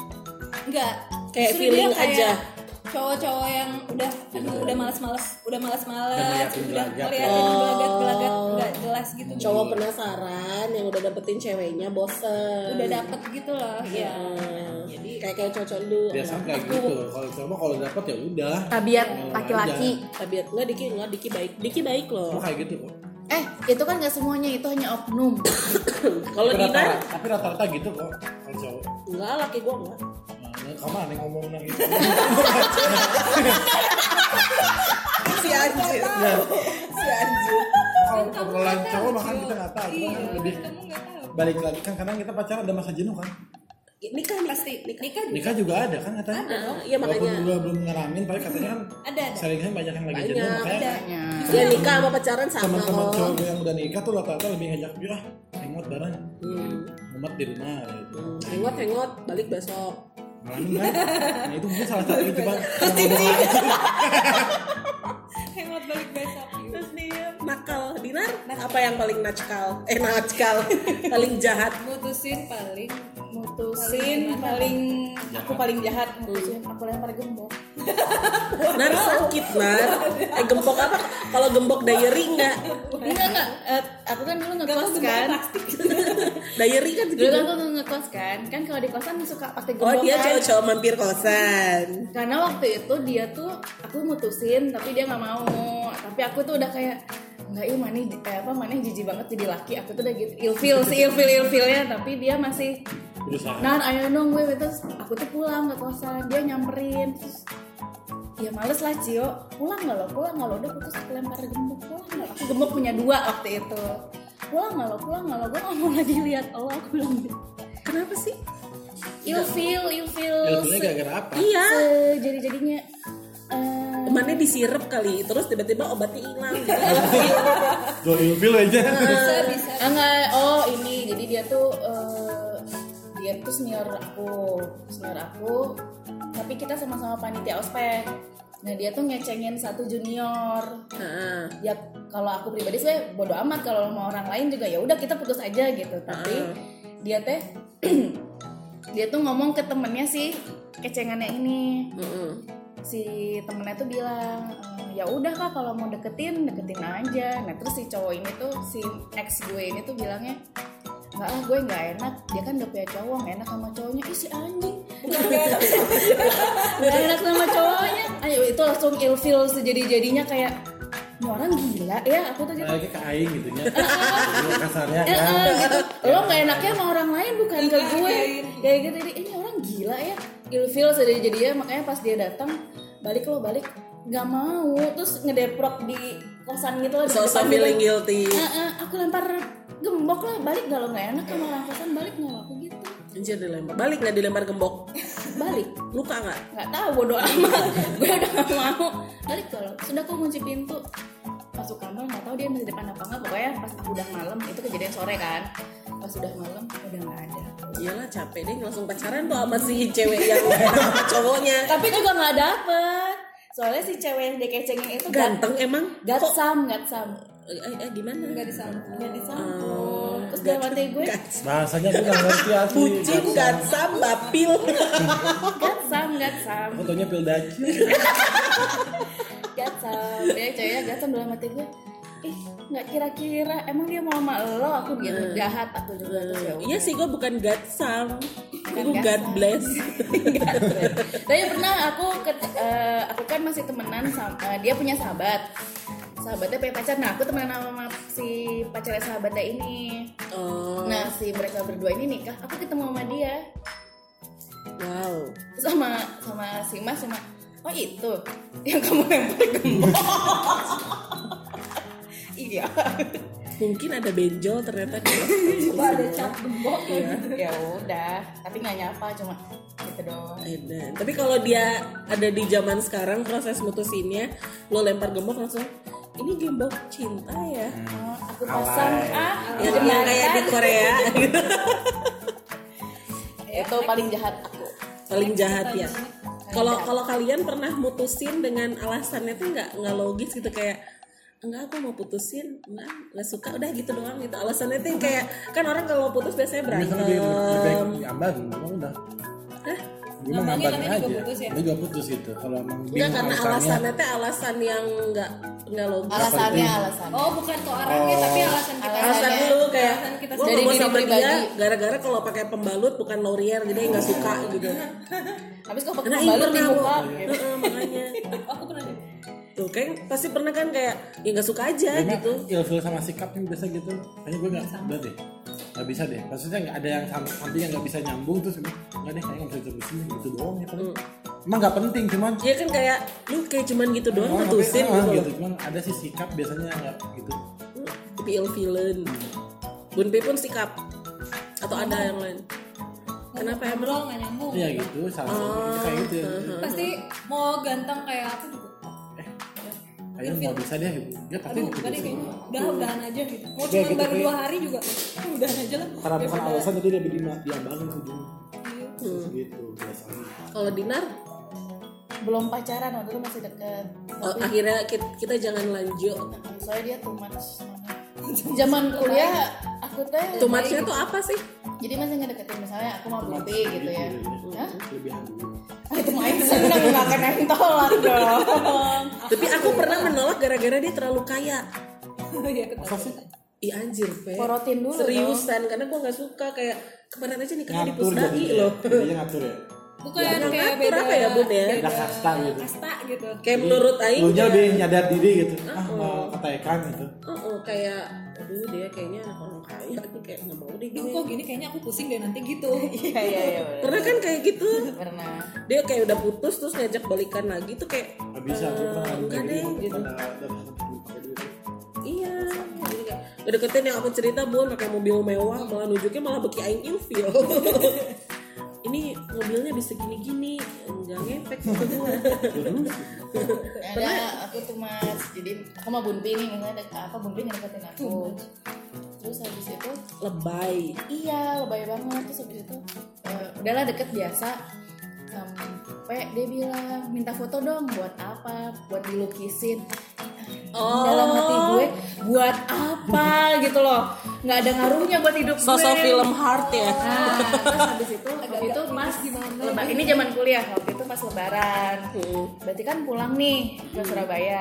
[SPEAKER 5] Enggak.
[SPEAKER 4] Kayak
[SPEAKER 5] Justru
[SPEAKER 4] feeling
[SPEAKER 5] dia kayak
[SPEAKER 4] aja.
[SPEAKER 5] Cowok-cowok yang udah aduh udah malas-malas, udah malas-malas,
[SPEAKER 2] Iya. Udah
[SPEAKER 5] udah
[SPEAKER 2] ngeliatin gelagat.
[SPEAKER 5] ngeliatin gelagat-gelagat enggak jelas gitu.
[SPEAKER 4] Oh. cowok penasaran yang udah dapetin ceweknya bosen
[SPEAKER 5] udah dapet gitu loh. Iya.
[SPEAKER 4] jadi kayak kayak cocok lu
[SPEAKER 2] Biasa kayak gitu. Kalau cuma kalau dapat ya udah.
[SPEAKER 3] Tabiat
[SPEAKER 2] Mau
[SPEAKER 3] laki-laki.
[SPEAKER 4] tabiat ya, nggak diki nggak diki baik diki baik
[SPEAKER 2] Cuma
[SPEAKER 4] loh
[SPEAKER 2] kayak gitu. kok.
[SPEAKER 3] Eh, itu kan nggak semuanya itu hanya oknum.
[SPEAKER 4] kalau
[SPEAKER 2] Tapi
[SPEAKER 4] Dina
[SPEAKER 2] rata- Tapi rata-rata gitu kok. Kalau cowok.
[SPEAKER 4] nggak laki gua nggak
[SPEAKER 2] Nah, kamu aneh ngomong nang gitu.
[SPEAKER 4] si anjir si anjir
[SPEAKER 2] Kalau obrolan cowok bahkan kita nggak tahu. Kita
[SPEAKER 5] Iya,
[SPEAKER 2] kan lebih
[SPEAKER 5] kamu nggak tahu.
[SPEAKER 2] balik lagi kan kadang kita pacaran ada masa jenuh kan.
[SPEAKER 4] nikah pasti nikah
[SPEAKER 5] Nikah
[SPEAKER 2] Nikah juga ada kan katanya.
[SPEAKER 4] Ah, iya,
[SPEAKER 2] Walaupun
[SPEAKER 4] makanya.
[SPEAKER 2] gua belum ngeramin tapi katanya kan
[SPEAKER 5] ada ada.
[SPEAKER 2] seringnya banyak yang lagi
[SPEAKER 4] Banyak,
[SPEAKER 2] jenuh makanya
[SPEAKER 5] Ada.
[SPEAKER 4] ya nikah sama pacaran sama
[SPEAKER 2] teman-teman cowok
[SPEAKER 4] kok
[SPEAKER 2] gue yang udah nikah tuh rata-rata lebih ngajak dia ah hangout bareng
[SPEAKER 4] Hmm.
[SPEAKER 2] ngumet di rumah gitu
[SPEAKER 4] Hmm, Hangout, hangout, balik besok.
[SPEAKER 2] ngalamin kan nah itu mungkin salah satu coba
[SPEAKER 5] Hangout balik besok.
[SPEAKER 4] Terus dia nakal, Dinar. Apa yang paling nakal? Eh nakal, paling jahat.
[SPEAKER 5] Mutusin paling
[SPEAKER 3] Mutusin paling aku paling jahat, mutusin aku lempar gembok.
[SPEAKER 4] Nar sakit, Nar. Eh gembok apa? Kalau gembok diary enggak?
[SPEAKER 3] Enggak enggak, Eh, aku kan dulu ngekos kan.
[SPEAKER 4] Diary kan
[SPEAKER 3] Dulu
[SPEAKER 4] gitu.
[SPEAKER 3] kan aku ngekos kan. Kan kalau di kosan suka pakai
[SPEAKER 4] Oh
[SPEAKER 3] gembok.
[SPEAKER 4] dia
[SPEAKER 3] kan.
[SPEAKER 4] cowok-cowok mampir kosan.
[SPEAKER 3] karena waktu itu dia tuh aku mutusin tapi dia nggak mau tapi aku tuh udah kayak nggak iya mana eh, apa mana jijik banget jadi laki aku tuh udah gitu ilfil sih ilfil ilfilnya tapi dia masih
[SPEAKER 2] berusaha
[SPEAKER 3] nah ayo dong gue terus aku tuh pulang ke kosan dia nyamperin terus ya males lah Cio pulang nggak lo pulang nggak lo udah putus aku lempar gembok pulang nggak aku gembok punya dua waktu itu pulang nggak lo pulang nggak lo gue nggak mau lagi lihat lo aku bilang gitu kenapa sih ilfil ilfil
[SPEAKER 2] ilmunya
[SPEAKER 3] se-
[SPEAKER 2] gara-gara apa
[SPEAKER 4] Iya.
[SPEAKER 3] jadi jadinya eh
[SPEAKER 4] Temannya disirep kali, terus tiba-tiba obatnya hilang.
[SPEAKER 2] go ilfil aja
[SPEAKER 5] bisa bisa.
[SPEAKER 3] ah, enggak oh ini jadi dia tuh eh, dia tuh senior aku senior aku tapi kita sama-sama panitia ospek nah dia tuh ngecengin satu junior
[SPEAKER 4] Heeh.
[SPEAKER 3] ya kalau aku pribadi saya bodo amat kalau sama orang lain juga ya udah kita putus aja gitu tapi dia teh dia tuh ngomong ke temennya sih kecengannya ini
[SPEAKER 4] Heeh.
[SPEAKER 3] si temennya tuh bilang "Eh, ya udah kak kalau mau deketin deketin aja nah terus si cowok ini tuh si ex gue ini tuh bilangnya nggak ah gue nggak enak dia kan udah punya cowok nggak enak sama cowoknya ih si anjing nggak enak sama cowoknya ayo itu langsung ilfil sejadi jadinya kayak ini orang gila ya aku tuh gitu
[SPEAKER 2] lagi ke aing gitu nya kasarnya
[SPEAKER 3] Eh,
[SPEAKER 2] kan
[SPEAKER 3] eh, gitu.
[SPEAKER 5] Ya.
[SPEAKER 3] Lo gak enaknya sama orang lain bukan
[SPEAKER 5] Iya,
[SPEAKER 3] ke gue. Kayak gitu jadi ini orang gila ya. Ilfil jadi jadinya makanya pas dia datang balik lo balik nggak mau terus ngedeprok di kosan gitu loh. di
[SPEAKER 4] So, so
[SPEAKER 3] depan
[SPEAKER 4] feeling
[SPEAKER 3] gitu.
[SPEAKER 4] guilty.
[SPEAKER 3] Eh, eh, aku lempar gembok lah balik gak lo nggak enak sama orang kosan balik nggak lo? aku gitu
[SPEAKER 4] Anjir dilempar. Balik nggak dilempar gembok?
[SPEAKER 3] balik
[SPEAKER 4] Luka nggak?
[SPEAKER 3] nggak tahu bodo amat gue udah gak mau balik kalau sudah aku kunci pintu masuk kamar nggak tahu dia masih depan apa nggak pokoknya pas aku udah malam itu kejadian sore kan pas udah malam udah nggak ada
[SPEAKER 4] Iyalah capek deh langsung pacaran tuh sama si cewek yang sama cowoknya.
[SPEAKER 3] tapi juga nggak dapet soalnya si cewek yang dikecengin itu
[SPEAKER 4] Ganteng emang?
[SPEAKER 3] gatsam gatsam
[SPEAKER 4] Eh, eh, gimana?
[SPEAKER 5] Enggak disambung.
[SPEAKER 3] nggak disambung terus dalam hati gue
[SPEAKER 2] bahasanya gue nggak ngerti asli
[SPEAKER 4] Bucin gatsa bapil.
[SPEAKER 3] gatsam gatsam
[SPEAKER 2] aku taunya pil daci
[SPEAKER 3] gatsam ya ceweknya gatsam dalam hati gue ih nggak kira-kira emang dia mau sama lo aku gitu jahat aku juga terus ya udah.
[SPEAKER 4] Iya sih gue bukan gatsam.
[SPEAKER 3] Bukan
[SPEAKER 4] Gue God
[SPEAKER 3] gatsam.
[SPEAKER 4] bless.
[SPEAKER 3] Tapi pernah aku ke, eh, aku kan masih temenan sama eh, dia punya sahabat. Sahabatnya punya pacar. Nah, aku temenan sama si pacarnya sahabatnya ini.
[SPEAKER 4] Oh,
[SPEAKER 3] Nah, si mereka berdua ini nikah. Aku ketemu sama dia
[SPEAKER 4] wow.
[SPEAKER 3] sama sama si Mas sama Oh itu yang kamu lempar gembok. iya.
[SPEAKER 4] Mungkin ada benjol ternyata di
[SPEAKER 5] Coba ada cap gembok ya.
[SPEAKER 3] Ya udah, tapi nggak nyapa cuma gitu doang.
[SPEAKER 4] Edan. Tapi kalau dia ada di zaman sekarang proses mutusinnya lo lempar gembok langsung ini gembok cinta ya.
[SPEAKER 2] Hmm.
[SPEAKER 3] Oh, aku pasang ah,
[SPEAKER 4] Yang, yang kayak di Korea gitu.
[SPEAKER 3] itu paling jahat aku.
[SPEAKER 4] paling jahat ya. Kalau kalau kalian pernah mutusin dengan alasannya tuh nggak nggak logis gitu kayak enggak aku mau putusin enggak nggak suka udah gitu doang gitu alasannya tuh yang kayak kan orang kalau putus biasanya
[SPEAKER 2] ini kan lebih
[SPEAKER 4] berantem
[SPEAKER 2] lebih baik diamban emang udah
[SPEAKER 4] Hah?
[SPEAKER 2] gue mah
[SPEAKER 5] Ngambangnya
[SPEAKER 2] ngambarin
[SPEAKER 5] karena
[SPEAKER 2] aja
[SPEAKER 5] juga putus ya?
[SPEAKER 2] dia juga putus gitu kalau emang
[SPEAKER 4] Enggak
[SPEAKER 2] bingung
[SPEAKER 4] karena
[SPEAKER 2] alasannya
[SPEAKER 4] alasannya teh alasan yang nggak nggak logis.
[SPEAKER 3] Alasannya alasan.
[SPEAKER 5] Oh bukan ke orangnya tapi alasan kita.
[SPEAKER 4] Oh. alasan lu kayak
[SPEAKER 5] Alasan kita
[SPEAKER 4] gue
[SPEAKER 3] Iya. sendiri.
[SPEAKER 4] ngomong
[SPEAKER 3] Dari
[SPEAKER 4] sama
[SPEAKER 3] diri
[SPEAKER 4] dia
[SPEAKER 3] pribadi.
[SPEAKER 4] gara-gara kalau pakai pembalut bukan laurier jadi dia nggak suka gitu
[SPEAKER 3] Habis kau pakai
[SPEAKER 4] karena ini
[SPEAKER 3] balut di
[SPEAKER 4] pernah
[SPEAKER 3] muka.
[SPEAKER 4] gua- Heeh, makanya
[SPEAKER 3] kan.
[SPEAKER 5] Aku pernah deh.
[SPEAKER 4] tuh kayak pasti pernah kan kayak ya nggak suka aja gitu
[SPEAKER 2] gitu ilfil sama sikapnya biasa gitu kayaknya gue nggak udah deh nggak bisa deh maksudnya nggak ada yang sampai sampai yang nggak bisa nyambung terus gue, nggak deh kayaknya nggak bisa terusin deh." gitu doang ya paling emang nggak penting cuman
[SPEAKER 4] Iya kan kayak lu kayak cuman gitu doang
[SPEAKER 2] Emang, Oh, tapi,
[SPEAKER 4] putusin
[SPEAKER 2] emang
[SPEAKER 4] gitu.
[SPEAKER 2] gitu cuman ada sih sikap biasanya yang nggak gitu
[SPEAKER 4] Pil villain. Bunpi pun sikap atau ada yang lain. Kenapa emang?
[SPEAKER 5] Ngobrol nggak nyambung.
[SPEAKER 2] iya gitu sama
[SPEAKER 4] Oh,
[SPEAKER 2] kayak gitu ya.
[SPEAKER 5] Pasti mau ganteng kayak aku juga.
[SPEAKER 3] gitu.
[SPEAKER 2] Ayo mau bisa deh gitu. Dia pasti
[SPEAKER 5] Aduh,
[SPEAKER 2] gitu.
[SPEAKER 5] enggak deh kayaknya. Udah udahan aja gitu. Mau
[SPEAKER 2] Udah
[SPEAKER 5] cuma
[SPEAKER 2] gitu,
[SPEAKER 5] baru
[SPEAKER 2] kayak-
[SPEAKER 5] dua hari juga. "Ah, Udahan aja lah.
[SPEAKER 2] Karena bukan
[SPEAKER 5] Daripada-
[SPEAKER 2] alasan jadi dia beri dia bangun ke
[SPEAKER 4] Gitu.
[SPEAKER 2] dulu. Terus gitu biasanya.
[SPEAKER 4] Kalau dinar
[SPEAKER 3] Belum pacaran waktu itu masih deket.
[SPEAKER 4] oh, akhirnya ki- kita, jangan lanjut.
[SPEAKER 3] Soalnya dia too much. Zaman kuliah aku teh
[SPEAKER 4] Too much-nya tuh apa sih?
[SPEAKER 3] jadi masih ngedeketin misalnya aku mau bunti gitu ya. Hah?
[SPEAKER 2] Kelebihan dulu.
[SPEAKER 3] Itu main seneng makan entolak dong.
[SPEAKER 4] Tapi aku pernah menolak gara-gara dia terlalu kaya.
[SPEAKER 5] Iya, ketemu.
[SPEAKER 4] Ih anjir, Pe.
[SPEAKER 3] Porotin dulu
[SPEAKER 4] Seriusan karena gua nggak suka kayak kemarin aja nikahnya di
[SPEAKER 2] Ngatur
[SPEAKER 4] Pusdaki
[SPEAKER 2] jadinya.
[SPEAKER 4] loh.
[SPEAKER 2] Jadinya ngatur ya.
[SPEAKER 5] Bukan
[SPEAKER 4] Yang
[SPEAKER 5] kayak
[SPEAKER 4] ngatur
[SPEAKER 5] beda
[SPEAKER 4] apa ya, Bun, ya?
[SPEAKER 5] beda
[SPEAKER 2] Udah kasta gitu.
[SPEAKER 5] Kasta gitu.
[SPEAKER 4] Kayak menurut aing
[SPEAKER 2] Lu nya lebih nyadar diri gitu. Ah, mau ketekan gitu.
[SPEAKER 4] Oh, oh, kayak aduh dia kayaknya anak orang kaya tuh kayak nggak mau deh
[SPEAKER 5] Duh
[SPEAKER 4] gini.
[SPEAKER 5] kok gini kayaknya aku pusing deh nanti gitu.
[SPEAKER 3] Iya iya iya. bener.
[SPEAKER 4] Pernah kan kayak gitu?
[SPEAKER 3] Pernah.
[SPEAKER 4] Dia kayak udah putus terus ngajak balikan lagi tuh kayak
[SPEAKER 2] Nggak bisa aku pernah ngadu kayak
[SPEAKER 4] enggak Eh, deh,
[SPEAKER 2] gitu.
[SPEAKER 4] gitu.
[SPEAKER 2] Karena udah bisa pakai duit.
[SPEAKER 4] iya. Jadi kayak ngedeketin yang aku cerita bukan pakai mobil mewah malah nunjuknya malah beki aing ilfil. Ini mobilnya bisa gini-gini, enggak ngefek gitu gua.
[SPEAKER 3] Ada aku tuh mas jadi aku mau bunti nih misalnya dek- apa bunti ngedeketin aku. Terus habis itu
[SPEAKER 4] Lebay.
[SPEAKER 3] iya lebay banget terus habis itu eh, udahlah deket biasa sampai dia bilang minta foto dong buat apa buat dilukisin
[SPEAKER 4] Oh.
[SPEAKER 3] dalam hati gue buat apa gitu loh nggak ada ngaruhnya buat hidup
[SPEAKER 4] Sosok
[SPEAKER 3] gue
[SPEAKER 4] film heart ya.
[SPEAKER 3] Nah, terus habis itu waktu itu pas leba- ini zaman kuliah waktu itu pas lebaran
[SPEAKER 4] Iya.
[SPEAKER 3] berarti kan pulang nih ke Surabaya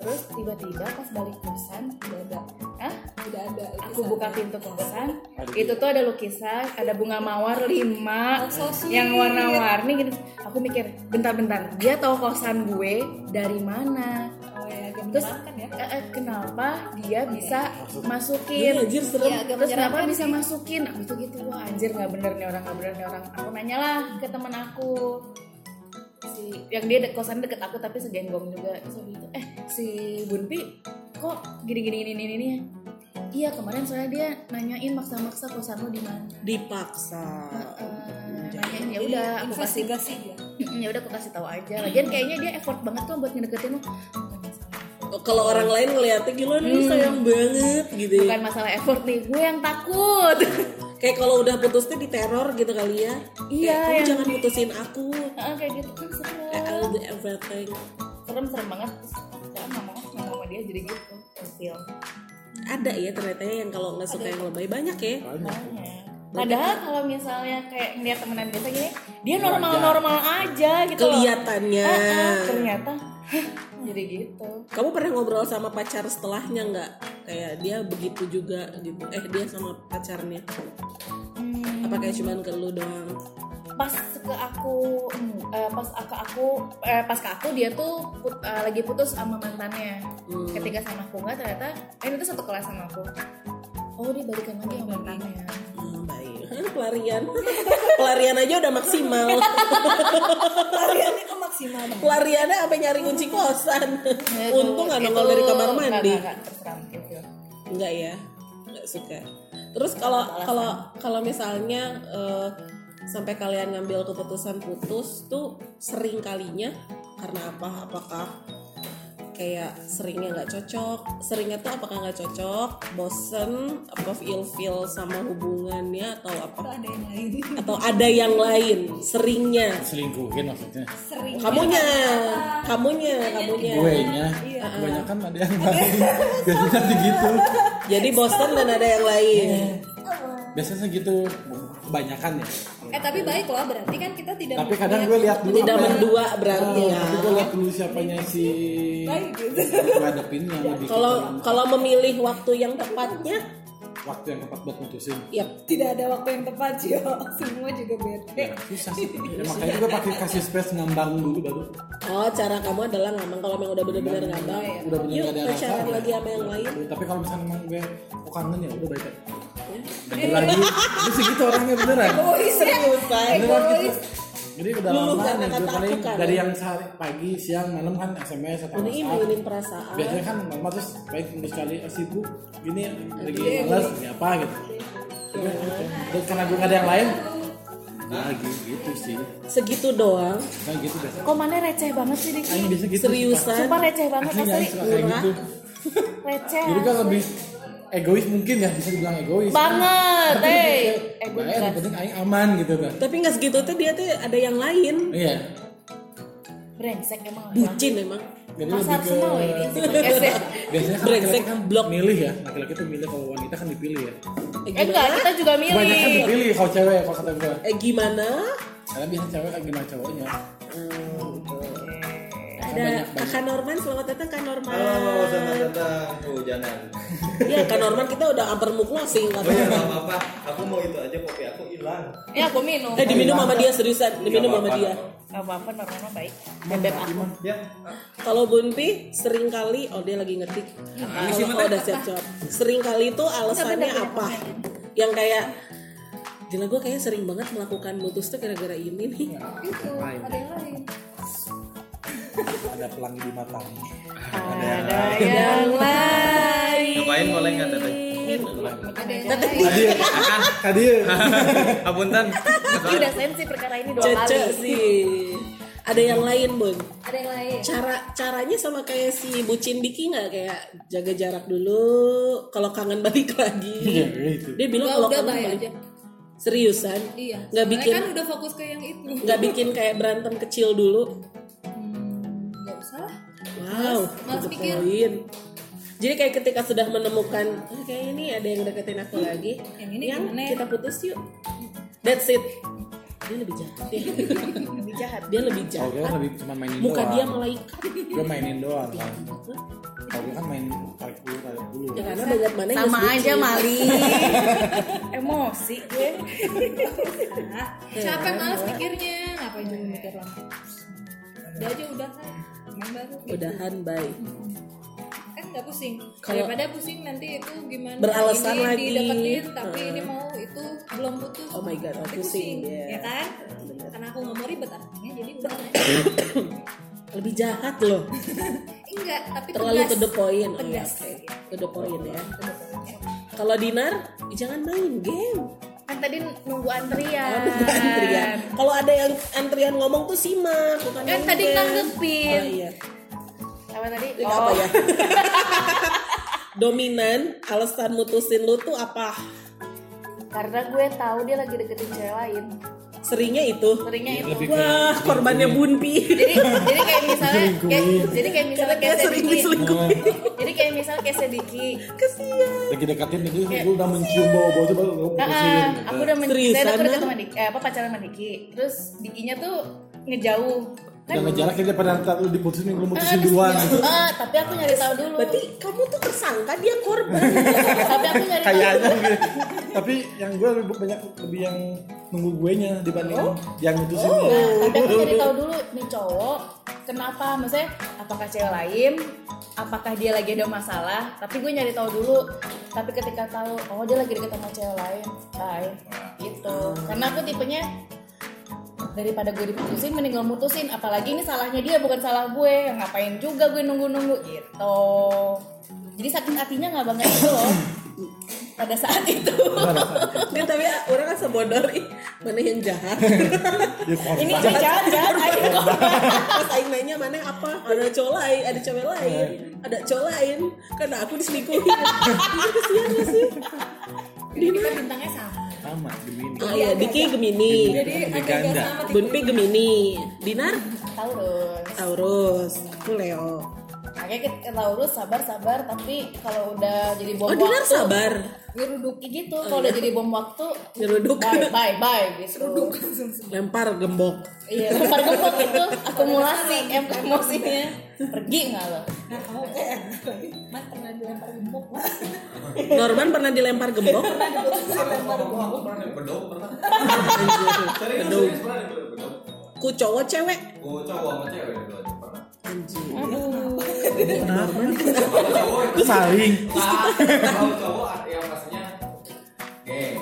[SPEAKER 3] terus tiba-tiba pas balik kosan udah ada ah
[SPEAKER 5] Udah ada.
[SPEAKER 3] aku buka pintu kosan itu tuh ada lukisan ada bunga mawar lima yang warna-warni gitu aku mikir bentar-bentar dia tahu kosan gue dari mana
[SPEAKER 5] Oh ya, agak
[SPEAKER 3] terus
[SPEAKER 5] menyeramkan ya.
[SPEAKER 3] eh, eh, kenapa dia bisa
[SPEAKER 4] Iya
[SPEAKER 3] masukin
[SPEAKER 4] anjir serem.
[SPEAKER 5] Iya, agak
[SPEAKER 3] terus kenapa
[SPEAKER 5] menyeramkan
[SPEAKER 3] bisa masukin aku tuh gitu wah anjir nggak bener nih orang nggak bener nih orang aku nanyalah ke teman aku si yang dia de kosan deket aku tapi segenggong juga terus waktu itu eh si Bunpi kok gini gini ini ini ya iya kemarin soalnya dia nanyain maksa-maksa kosan lo di mana
[SPEAKER 4] Dipaksa.
[SPEAKER 3] Eh, nanyain ya udah aku kasih
[SPEAKER 5] Iya, investigasi dia.
[SPEAKER 3] ya udah aku kasih tahu aja lagian kayaknya dia effort banget tuh buat ngedeketin lo Oh.
[SPEAKER 4] Kalau orang lain ngeliatnya gila nih sayang banget gitu. ya.
[SPEAKER 3] Hmm. bukan masalah effort nih gue yang takut
[SPEAKER 4] Kayak kalau udah putus tuh diteror gitu kali ya.
[SPEAKER 3] Iya,
[SPEAKER 4] Kayak, Kamu
[SPEAKER 3] yang
[SPEAKER 4] jangan putusin aku. Eh,
[SPEAKER 3] Heeh, kayak gitu kan serem
[SPEAKER 4] I'll do everything.
[SPEAKER 3] serem serem banget terus jangan ngomong ngomong sama dia jadi gitu feel
[SPEAKER 4] ada ya ternyata ya yang kalau nggak suka yang lebay banyak ya
[SPEAKER 2] banyak
[SPEAKER 3] Padahal kalau misalnya kayak ngeliat temenan biasa gini, dia normal-normal aja gitu loh.
[SPEAKER 4] kelihatannya
[SPEAKER 3] Ah, ah, ternyata heh, jadi gitu.
[SPEAKER 4] kamu pernah ngobrol sama pacar setelahnya nggak kayak dia begitu juga gitu eh dia sama pacarnya
[SPEAKER 3] Hmm,
[SPEAKER 4] apa kayak cuman ke lu doang
[SPEAKER 3] pas ke aku hmm, eh, pas ke aku eh, pas ke aku dia tuh put- eh, lagi putus sama mantannya
[SPEAKER 4] Hmm.
[SPEAKER 3] ketika sama aku nggak ternyata eh itu satu kelas sama aku oh dia balikan lagi sama mantannya
[SPEAKER 4] hmm, baik Kan pelarian pelarian aja udah maksimal
[SPEAKER 5] Pelariannya kok maksimal banget.
[SPEAKER 4] pelariannya apa nyari kunci kosan untung nggak nongol dari kamar mandi
[SPEAKER 3] enggak, terserah gitu.
[SPEAKER 4] Enggak ya, enggak suka. Terus kalau kalau kalau misalnya eh, sampai kalian ngambil keputusan putus tuh sering kalinya karena apa? Apakah kayak seringnya nggak cocok? Seringnya tuh apakah nggak cocok? Bosen? Apa feel feel sama hubungannya atau apa?
[SPEAKER 5] Atau ada yang lain
[SPEAKER 4] Atau ada yang lain? Seringnya?
[SPEAKER 2] selingkuhin maksudnya
[SPEAKER 5] sering
[SPEAKER 4] Kamunya, kamunya,
[SPEAKER 5] Iya.
[SPEAKER 4] kamunya.
[SPEAKER 2] gue nya
[SPEAKER 4] Iya.
[SPEAKER 2] kebanyakan ada yang lain biasanya sih gitu
[SPEAKER 4] Jadi bosen dan ada yang lain.
[SPEAKER 5] Iya.
[SPEAKER 2] biasanya sih gitu kebanyakan ya
[SPEAKER 5] eh tapi baik loh berarti kan kita tidak
[SPEAKER 2] tapi kadang gue lihat dulu
[SPEAKER 4] Tidak
[SPEAKER 2] apa
[SPEAKER 5] Iya.
[SPEAKER 2] yang-
[SPEAKER 4] berdua berarti
[SPEAKER 2] Oh,
[SPEAKER 4] ya.
[SPEAKER 2] tapi gue lihat dulu siapanya si
[SPEAKER 5] Baik, gitu.
[SPEAKER 2] ngadepin yang lebih
[SPEAKER 4] Kalau kalau memilih waktu yang tepatnya,
[SPEAKER 2] waktu yang tepat buat mutusin
[SPEAKER 4] ya
[SPEAKER 5] tidak ada waktu yang tepat Cio semua juga bete
[SPEAKER 2] ya, susah sih ya, makanya gue pakai kasih space ngambang dulu baru
[SPEAKER 4] oh cara kamu adalah ngambang kalau memang udah bener-bener iya. ngambang.
[SPEAKER 2] udah bener
[SPEAKER 4] Yuk
[SPEAKER 2] gak ada rasa
[SPEAKER 4] pacaran
[SPEAKER 2] ya.
[SPEAKER 4] lagi sama yang lain.
[SPEAKER 2] tapi kalau misalnya emang gue kok kangen ya udah baik aja Ganti lagi Gue segitu orangnya beneran
[SPEAKER 4] Serius Pak.
[SPEAKER 2] beneran gitu jadi udah
[SPEAKER 4] Luluh
[SPEAKER 2] lama
[SPEAKER 4] karena
[SPEAKER 2] nih gue
[SPEAKER 4] kata
[SPEAKER 2] paling
[SPEAKER 4] aku kan.
[SPEAKER 2] dari yang sehari pagi siang malam kan SMS atau
[SPEAKER 4] Ini
[SPEAKER 2] WhatsApp.
[SPEAKER 4] mainin perasaan.
[SPEAKER 2] biasanya kan normal terus baik minggu sekali eh, sibuk gini lagi males lagi apa gitu Tapi, terus karena gue gak ada yang lain lagi gitu sih
[SPEAKER 4] Segitu doang.
[SPEAKER 2] kan gitu biasa
[SPEAKER 3] Kok mana receh banget sih Diki?
[SPEAKER 2] Aing biasa gitu suka.
[SPEAKER 4] Seriusan.
[SPEAKER 3] Sumpah receh banget
[SPEAKER 2] asli
[SPEAKER 3] asli Iya.
[SPEAKER 2] Aing suka kayak
[SPEAKER 4] murah.
[SPEAKER 2] gitu
[SPEAKER 3] receh.
[SPEAKER 2] jadi kan lebih egois mungkin ya bisa dibilang egois
[SPEAKER 3] Banget,
[SPEAKER 2] Tapi
[SPEAKER 3] eh.
[SPEAKER 2] kayak,
[SPEAKER 3] Eh, gue
[SPEAKER 2] "Baik, yang penting Aing aman gitu kan
[SPEAKER 4] Tapi nggak segitu tuh dia tuh ada yang lain.
[SPEAKER 2] iya
[SPEAKER 3] Brengsek emang.
[SPEAKER 4] Bucin emang. Eh,
[SPEAKER 2] jadi
[SPEAKER 3] Masa
[SPEAKER 2] lebih
[SPEAKER 3] harus
[SPEAKER 2] ke
[SPEAKER 3] senang loh ini sebagai
[SPEAKER 2] biasanya kan
[SPEAKER 4] Brengsek,
[SPEAKER 2] laki-laki kan
[SPEAKER 4] blok.
[SPEAKER 2] milih ya laki-laki tuh milih kalau wanita kan dipilih ya
[SPEAKER 4] Eh,
[SPEAKER 3] Eh enggak, kita juga
[SPEAKER 2] kebanyakan
[SPEAKER 3] milih.
[SPEAKER 2] dipilih kalau cewek kalau kata gue
[SPEAKER 4] Eh gimana?
[SPEAKER 2] karena biasanya cewek kayak gimana cowoknya
[SPEAKER 4] Ada Kak Norman, selamat datang Kak Norman.
[SPEAKER 6] Halo, selamat datang. Oh, jangan.
[SPEAKER 4] Ya Kak Norman kita udah hampir mau closing
[SPEAKER 6] Oh ya,
[SPEAKER 4] katanya.
[SPEAKER 6] nggak apa-apa. Aku mau itu aja kopi aku hilang.
[SPEAKER 3] Ya aku minum.
[SPEAKER 4] Eh diminum sama dia seriusan, diminum
[SPEAKER 6] Nggak
[SPEAKER 4] sama
[SPEAKER 6] apa-apa,
[SPEAKER 4] dia.
[SPEAKER 6] nggak apa-apa.
[SPEAKER 3] Gak apa-apa normal baik.
[SPEAKER 4] Bebek aku.
[SPEAKER 6] Ya,
[SPEAKER 4] Kalau Bunpi sering kali oh dia lagi ngetik. Kalau oh, udah siap jawab. Sering kali itu alasannya apa? Yang kayak Gila gue kayaknya sering banget melakukan mutus tuh gara-gara ini nih
[SPEAKER 5] itu ada yang lain
[SPEAKER 2] ada pelangi di mata
[SPEAKER 3] Ada yang lain.
[SPEAKER 6] ngapain boleh nggak teteh?
[SPEAKER 5] ada yang
[SPEAKER 4] Teteh
[SPEAKER 5] lain
[SPEAKER 4] di
[SPEAKER 2] tadi tadi
[SPEAKER 6] Apunten.
[SPEAKER 3] Ini udah sensi perkara ini dua
[SPEAKER 4] cece
[SPEAKER 3] kali.
[SPEAKER 4] sih Ada yang lain Bun
[SPEAKER 5] ada yang lain
[SPEAKER 4] Cara caranya sama kayak si Bucin Diki nggak kayak jaga jarak dulu kalau kangen
[SPEAKER 2] iya
[SPEAKER 4] balik lagi
[SPEAKER 2] gitu
[SPEAKER 4] Dia bilang
[SPEAKER 5] Nggak,
[SPEAKER 4] kalau
[SPEAKER 5] udah
[SPEAKER 4] kangen
[SPEAKER 5] bye
[SPEAKER 4] balik
[SPEAKER 5] aja
[SPEAKER 4] Seriusan
[SPEAKER 5] iya
[SPEAKER 4] Nggak
[SPEAKER 5] soalnya
[SPEAKER 4] bikin
[SPEAKER 5] kan udah fokus ke yang itu
[SPEAKER 4] nggak bikin kayak berantem kecil dulu
[SPEAKER 5] Hmm, nggak usah lah
[SPEAKER 4] Wow,
[SPEAKER 5] Males
[SPEAKER 4] good
[SPEAKER 5] mikir.
[SPEAKER 4] point. Jadi kayak ketika sudah menemukan "Ah, kayaknya ini ada yang deketin aku lagi,
[SPEAKER 5] Yang ini
[SPEAKER 4] yang
[SPEAKER 5] gimana ya?"
[SPEAKER 4] kita putus yuk. That's it. Dia lebih jahat. Dia
[SPEAKER 3] Lebih jahat.
[SPEAKER 4] dia lebih
[SPEAKER 2] kalau gue
[SPEAKER 4] jahat.
[SPEAKER 2] kan lebih cuma mainin
[SPEAKER 4] Muka
[SPEAKER 2] doang
[SPEAKER 4] dia malaikat.
[SPEAKER 2] gue mainin doang kan kalau gue kan main tarik dulu tarik dulu
[SPEAKER 4] Ya karena banyak mana yang
[SPEAKER 3] Sama
[SPEAKER 4] sebutin.
[SPEAKER 5] Iya.
[SPEAKER 3] aja Mali. Emosi gue.
[SPEAKER 4] Nah,
[SPEAKER 5] Ah, capek males mikirnya ngapain juga mikir
[SPEAKER 4] Iya.
[SPEAKER 5] lama udah aja udah kan main baru gitu.
[SPEAKER 4] Udahan baik.
[SPEAKER 5] kan nggak pusing
[SPEAKER 4] Kalau-
[SPEAKER 5] daripada pusing nanti itu gimana
[SPEAKER 4] Beralasan
[SPEAKER 5] ini
[SPEAKER 4] lagi.
[SPEAKER 5] dideketin tapi ini mau itu belum putus
[SPEAKER 4] Oh my God, oh,
[SPEAKER 5] Nanti
[SPEAKER 4] pusing, ya.
[SPEAKER 5] ya kan karena aku nggak mau ribet akhirnya jadi udah
[SPEAKER 4] Lebih jahat loh.
[SPEAKER 5] enggak tapi
[SPEAKER 4] Terlalu
[SPEAKER 5] tegas.
[SPEAKER 4] to the point. Oh, ya,
[SPEAKER 5] Tegas.
[SPEAKER 4] oke. To the point ya. Kalau dinar, jangan main game.
[SPEAKER 3] Kan tadi nunggu antrian.
[SPEAKER 4] Oh, nunggu antrian. Kalau ada yang antrian ngomong tuh simak, bukan
[SPEAKER 3] Kan
[SPEAKER 4] main
[SPEAKER 3] tadi
[SPEAKER 4] game.
[SPEAKER 3] nanggepin.
[SPEAKER 4] Oh, iya.
[SPEAKER 3] Apa tadi? Oh,
[SPEAKER 4] Ini apa ya? Dominan, alasan mutusin lu tuh apa?
[SPEAKER 3] Karena gue tahu dia lagi deketin cewek lain.
[SPEAKER 4] seringnya itu
[SPEAKER 3] seringnya itu
[SPEAKER 2] Lebih ke-
[SPEAKER 4] wah korbannya bunpi
[SPEAKER 3] jadi jadi kayak misalnya kayak, jadi kayak misalnya
[SPEAKER 4] karena dia
[SPEAKER 3] kayak
[SPEAKER 4] sering
[SPEAKER 3] sedikit
[SPEAKER 2] Oh.
[SPEAKER 4] diselingkuhi
[SPEAKER 3] jadi kayak misalnya kayak sedikit
[SPEAKER 4] kasihan
[SPEAKER 2] lagi dekatin itu gue udah mencium bau bau itu baru gue
[SPEAKER 3] Ah, aku udah men-
[SPEAKER 4] Seriusan,
[SPEAKER 3] dan aku
[SPEAKER 4] Nan?
[SPEAKER 3] deket sama Diki, eh, apa pacaran sama Diki. Terus Dikinya tuh ngejauh. Kan
[SPEAKER 2] Jangan jarak ya pada ntar lu diputusin lu
[SPEAKER 3] ah,
[SPEAKER 2] mutusin
[SPEAKER 3] terus-
[SPEAKER 2] duluan gitu.
[SPEAKER 3] ah, tapi aku nyari tahu dulu.
[SPEAKER 4] berarti kamu tuh tersangka dia korban
[SPEAKER 3] tapi aku nyari tahu.
[SPEAKER 2] Kayaknya gitu. Tapi yang gue lebih banyak lebih yang nunggu gue nya dibanding
[SPEAKER 3] Oh.
[SPEAKER 2] yang mutusin
[SPEAKER 3] Nah,
[SPEAKER 2] gua.
[SPEAKER 3] tapi aku nyari tahu dulu nih cowok kenapa maksudnya apakah cewek lain apakah dia lagi ada masalah tapi gue nyari tahu dulu tapi ketika tahu oh dia lagi deket sama cewek lain bye gitu karena aku tipenya daripada gue diputusin mending gue mutusin apalagi ini salahnya dia bukan salah gue ngapain juga gue nunggu-nunggu gitu jadi sakit hatinya nggak banget itu loh pada saat itu
[SPEAKER 4] dia tapi orang kan sebodoh ih, mana yang jahat
[SPEAKER 2] Ya korban.
[SPEAKER 3] ini ini jahat jahat ayo.
[SPEAKER 4] pas aing nanya mana yang apa ada cowok lain ada cewek lain ada cowok lain karena aku diselingkuhi Ini kasihan gak sih
[SPEAKER 5] kita bintangnya sama
[SPEAKER 2] sama Gemini.
[SPEAKER 4] ah, ya, Diki Gemini
[SPEAKER 5] jadi
[SPEAKER 2] Ini
[SPEAKER 5] agak
[SPEAKER 2] ganda.
[SPEAKER 5] sama
[SPEAKER 4] Bunpi Gemini Dinar
[SPEAKER 3] tahu dong
[SPEAKER 4] Taurus aku Leo
[SPEAKER 3] Makanya kita eh, kita urus sabar-sabar tapi kalau udah jadi bom
[SPEAKER 4] Oh
[SPEAKER 3] waktu
[SPEAKER 4] Dinar sabar
[SPEAKER 3] Ngeruduki gitu kalau udah jadi bom waktu
[SPEAKER 4] Nyeruduk
[SPEAKER 3] bye bye bye gitu
[SPEAKER 4] Lempar gembok
[SPEAKER 3] Iya lempar gembok itu akumulasi em emosinya Pergi nggak lo?
[SPEAKER 5] nah kamu eh mas pernah dilempar gembok mas
[SPEAKER 4] Norman pernah dilempar gembok
[SPEAKER 6] Aku pernah bedok pernah. Serius, serius, pernah bedok.
[SPEAKER 4] Ku cowok cewek
[SPEAKER 6] Oh, cowok sama cewek dua aja, pernah.
[SPEAKER 4] Anjing
[SPEAKER 6] Kalau cowok itu
[SPEAKER 2] saling
[SPEAKER 6] Ah, kalau cowok ah, yang pastinya geng.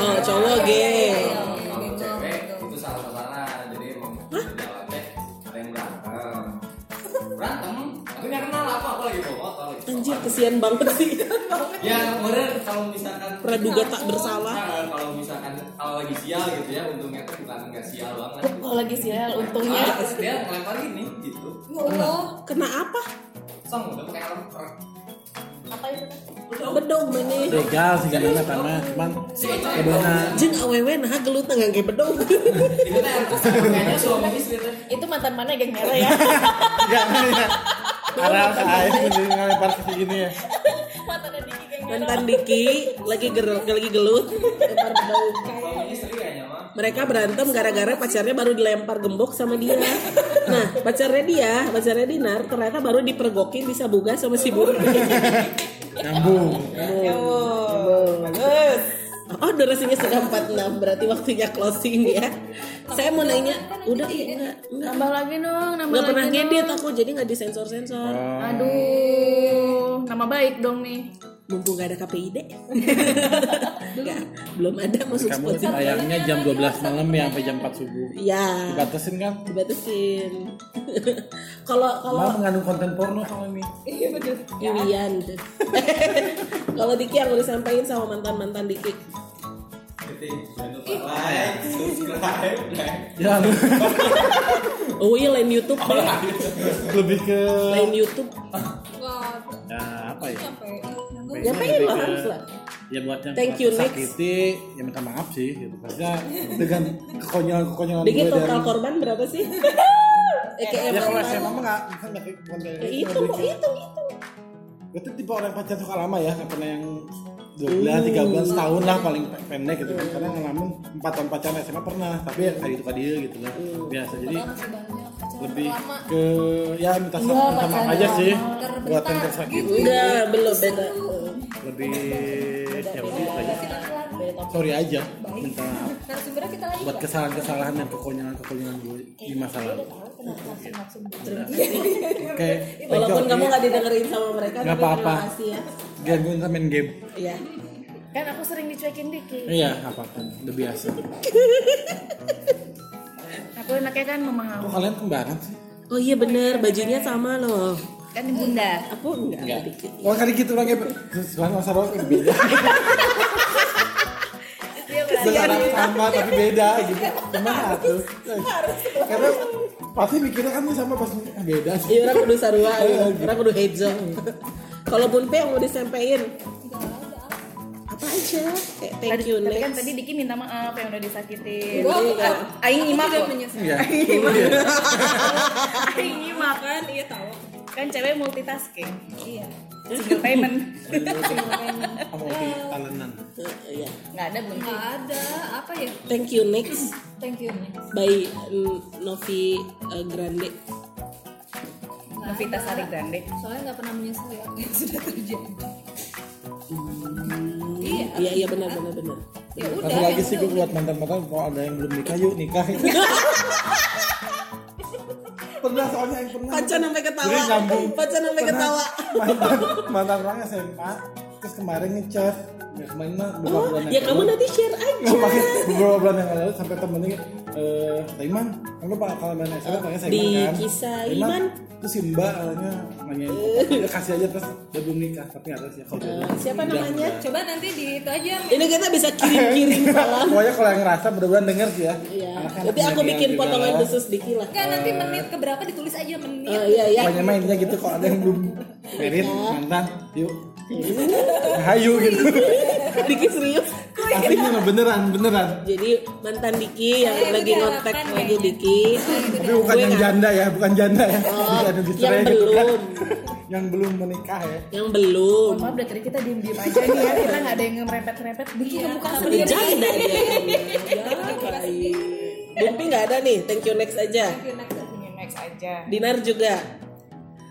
[SPEAKER 4] Oh cowok geng
[SPEAKER 6] Kalau cewek itu salah sasaran, jadi emang jalan deh ada yang berantem. Berantem, aku nggak kenal apa apa lagi bawa motor. lagi.
[SPEAKER 4] Anjir kesian banget sih
[SPEAKER 6] Ya kemarin kalau misalkan
[SPEAKER 4] Praduga tak bersalah
[SPEAKER 6] Nah, kalau misalkan kalau lagi sial gitu ya untungnya tuh bukan nggak sial banget.
[SPEAKER 4] Oh,
[SPEAKER 3] Kalau lagi sial Ya, untungnya
[SPEAKER 6] Ah, dia ngelempar gini gitu.
[SPEAKER 5] ya Allah
[SPEAKER 4] Kena apa?
[SPEAKER 6] Song udah pakai helm. Prak.
[SPEAKER 3] apa itu?
[SPEAKER 4] Bedog mana
[SPEAKER 2] legal sih karena karena cuman
[SPEAKER 3] Iya.
[SPEAKER 2] ya, karena
[SPEAKER 4] Jeng awewe nah gelut nggak kayak bedog
[SPEAKER 6] Itu teh yang kesel, kayaknya suami istri teh.
[SPEAKER 3] Itu mantan mana geng merah ya?
[SPEAKER 2] nggak ya arah ke air mending ngelempar ke sini ya
[SPEAKER 3] mantan di geng merah.
[SPEAKER 4] mantan Diki lagi ger lagi gelut lempar bedog.
[SPEAKER 6] Suami istri kayaknya mah.
[SPEAKER 4] mereka berantem gara-gara pacarnya baru dilempar gembok sama dia nah pacarnya dia pacarnya Dinar ternyata baru dipergokin bisa buga sama si Burmi
[SPEAKER 2] nyambung
[SPEAKER 4] Oh durasinya sudah 46 berarti waktunya closing ya Saya mau nanya Udah iya enggak Enggak,
[SPEAKER 3] Nambah lagi dong, nambah
[SPEAKER 4] enggak
[SPEAKER 3] lagi
[SPEAKER 4] pernah
[SPEAKER 3] dong.
[SPEAKER 4] ngedit aku jadi nggak disensor-sensor
[SPEAKER 3] Aduh, nama baik dong nih.
[SPEAKER 4] Mumpung gak ada KPID Enggak, Belum ada masuk
[SPEAKER 2] kamu
[SPEAKER 4] Spotify
[SPEAKER 2] tayangnya jam 12 malam ya sampai jam 4 subuh
[SPEAKER 4] Ya
[SPEAKER 2] dibatasin kan
[SPEAKER 4] dibatasin Kalau kalau
[SPEAKER 2] malah mengandung konten porno sama ini
[SPEAKER 4] Irian gitu. Kalau Diki yang udah sampaikan sama mantan-mantan Diki.
[SPEAKER 6] Ketik, jangan lupa like, subscribe, like.
[SPEAKER 2] ya
[SPEAKER 4] Oh iya lain YouTube deh.
[SPEAKER 2] lebih ke
[SPEAKER 4] Lain YouTube.
[SPEAKER 5] wah
[SPEAKER 2] ya apa ya
[SPEAKER 5] apa ya Nanggung.
[SPEAKER 4] Nyampein
[SPEAKER 2] Lebih
[SPEAKER 4] loh
[SPEAKER 2] ke-
[SPEAKER 4] harus lah.
[SPEAKER 2] ya buat yang
[SPEAKER 4] Thank you, next.
[SPEAKER 2] sakiti ya minta maaf sih gitu maksudnya dengan kekonyolan kekonyolan
[SPEAKER 4] Diki
[SPEAKER 2] gue
[SPEAKER 4] total
[SPEAKER 2] dari
[SPEAKER 4] korban berapa sih? Eh,
[SPEAKER 2] ya
[SPEAKER 4] EKM
[SPEAKER 2] kalau
[SPEAKER 4] mantan.
[SPEAKER 2] SMA mah nggak kan nggak kayak konten
[SPEAKER 4] Ya,
[SPEAKER 2] itu,
[SPEAKER 4] itu,
[SPEAKER 2] lebih
[SPEAKER 4] itu,
[SPEAKER 2] ke-
[SPEAKER 4] itu.
[SPEAKER 2] Gue tuh tipe orang yang pacaran suka lama ya, nggak pernah yang 12, 13 tahun lah paling pe- pendek gitu kan Karena ngalamin 4 tahun pacaran SMA pernah, tapi ya kayak gitu dia gitu kan Biasa, jadi lebih ke, ya minta sama minta maaf aja sih Buat yang tersakiti,
[SPEAKER 4] Enggak, belum beda.
[SPEAKER 2] lebih, ya udah aja Sorry aja, minta maaf
[SPEAKER 5] narasumbernya kita lagi
[SPEAKER 2] buat kesalahan-kesalahan dan kekonyolan-kekonyolan gue di masa lalu Udah. Oke, thank you
[SPEAKER 4] Walaupun kamu
[SPEAKER 2] Oki.
[SPEAKER 4] nggak didengerin sama mereka,
[SPEAKER 2] Nggak
[SPEAKER 4] tapi terima
[SPEAKER 2] apa-apa.
[SPEAKER 4] kasih ya.
[SPEAKER 2] Gangguin sama main game
[SPEAKER 4] Iya.
[SPEAKER 3] Kan aku sering dicuekin Diki.
[SPEAKER 2] Iya, nggak apa-apa, udah biasa
[SPEAKER 3] Aku enaknya kan memahami
[SPEAKER 2] Kok kalian kembaran sih?
[SPEAKER 4] Oh iya bener, bajunya sama loh.
[SPEAKER 3] kan bunda.
[SPEAKER 4] Aku enggak,
[SPEAKER 2] Enggak.
[SPEAKER 4] Diki.
[SPEAKER 2] Wah kali gitu orang kayak sekarang masa lalu kan beda. Sekarang sama tapi beda gitu. Gimana tuh? Karena pasti mikirnya kan sama pas ah, beda sih.
[SPEAKER 4] Iya orang kudu sarua, iya. orang kudu hejo. Kalau Bunpe yang mau disampaikan
[SPEAKER 5] Enggak ada.
[SPEAKER 4] apa apa aja kayak thank
[SPEAKER 3] Tadi-
[SPEAKER 4] you
[SPEAKER 3] tapi kan
[SPEAKER 4] next
[SPEAKER 3] tadi Diki minta maaf yang udah disakitin.
[SPEAKER 5] Gua-
[SPEAKER 3] Jadi,
[SPEAKER 5] gua-
[SPEAKER 3] A- Aing nyimak
[SPEAKER 5] Tidak
[SPEAKER 3] loh.
[SPEAKER 5] menyesal.
[SPEAKER 2] Iya.
[SPEAKER 3] Aing nyimak
[SPEAKER 5] Kan iya tahu.
[SPEAKER 3] kan cewek multitasking.
[SPEAKER 5] Iya.
[SPEAKER 3] Single payment.
[SPEAKER 2] Apa lagi talenan?
[SPEAKER 4] Eh, ya.
[SPEAKER 3] Nggak ada bunyi.
[SPEAKER 5] Nggak ada apa ya?
[SPEAKER 4] thank you next
[SPEAKER 5] Thank you.
[SPEAKER 4] by mm, Novi eh, Grande
[SPEAKER 5] Nggak
[SPEAKER 3] Novita
[SPEAKER 5] ada.
[SPEAKER 3] Sari Grande.
[SPEAKER 5] Soalnya nggak pernah menyesal ya apa yang sudah terjadi. Iya.
[SPEAKER 4] iya iya benar benar benar
[SPEAKER 5] Ya udah.
[SPEAKER 2] Satu lagi
[SPEAKER 4] gitu.
[SPEAKER 5] yang
[SPEAKER 2] sih
[SPEAKER 5] udah,
[SPEAKER 2] gue buat mantan-mantan kalau ada yang belum nikah yuk nikah. pernah soalnya yang pernah.
[SPEAKER 4] Pacan sampai ketawa.
[SPEAKER 2] Gue nyambung.
[SPEAKER 4] Pacan sampai
[SPEAKER 2] Pernah
[SPEAKER 4] ketawa.
[SPEAKER 2] Mantan mantan orang SMA terus kemarin ngechat. Ya kemarin mah beberapa
[SPEAKER 4] oh
[SPEAKER 2] bulan yang
[SPEAKER 4] ya
[SPEAKER 2] lalu.
[SPEAKER 4] kamu nanti share aja
[SPEAKER 2] Nggak pakai beberapa bulan yang lalu sampai temennya eh Saiman, kamu pak kalau main SMA tanya Saiman
[SPEAKER 4] Di
[SPEAKER 2] kan?
[SPEAKER 4] kisah
[SPEAKER 2] Saiman,
[SPEAKER 4] Iman.
[SPEAKER 2] Terus si Mbak awalnya nanyain, "Ya, kasih aja terus dia belum nikah tapi harus ya kalau dia-
[SPEAKER 4] siapa
[SPEAKER 2] Udah,
[SPEAKER 4] namanya?
[SPEAKER 2] udah.
[SPEAKER 5] Coba nanti di itu aja.
[SPEAKER 4] ini kita bisa kirim-kirim salam
[SPEAKER 2] Pokoknya kalau yang ngerasa mudah-mudahan denger sih ya.
[SPEAKER 4] Iya.
[SPEAKER 2] Anak-anak
[SPEAKER 4] Nanti aku
[SPEAKER 2] milenial
[SPEAKER 4] bikin
[SPEAKER 2] juga. ya.
[SPEAKER 4] potongan khusus dikit lah.
[SPEAKER 5] Enggak nanti menit keberapa ditulis aja menit.
[SPEAKER 4] Eh, iya iya.
[SPEAKER 2] Pokoknya mah intinya gitu kalau ada yang belum merit mantan, yuk. Hayu gitu.
[SPEAKER 4] Diki serius.
[SPEAKER 2] Asli ini mah beneran, beneran.
[SPEAKER 4] Jadi mantan Diki yang
[SPEAKER 5] Saya
[SPEAKER 4] lagi
[SPEAKER 5] juga
[SPEAKER 4] ngontak
[SPEAKER 5] harapan
[SPEAKER 4] lagi
[SPEAKER 5] kayaknya.
[SPEAKER 4] Diki.
[SPEAKER 2] Tapi bukan
[SPEAKER 4] Gue
[SPEAKER 2] yang
[SPEAKER 4] nggak-
[SPEAKER 2] janda ya, bukan janda ya.
[SPEAKER 4] Iya. Oh,
[SPEAKER 2] Jangan dicerai
[SPEAKER 4] yang
[SPEAKER 2] gitu kan.
[SPEAKER 4] belum,
[SPEAKER 2] Yang belum menikah ya.
[SPEAKER 4] yang belum.
[SPEAKER 3] Mohon maaf dari tadi kita diem-diem aja nih ya. Kita nggak ada yang ngerempet-ngerempet. Diki kamu kan
[SPEAKER 5] Oh, iya.
[SPEAKER 4] Udah janda dia. Bumpi nggak ada nih. Thank you next aja.
[SPEAKER 3] punya next aja.
[SPEAKER 4] Dinar juga.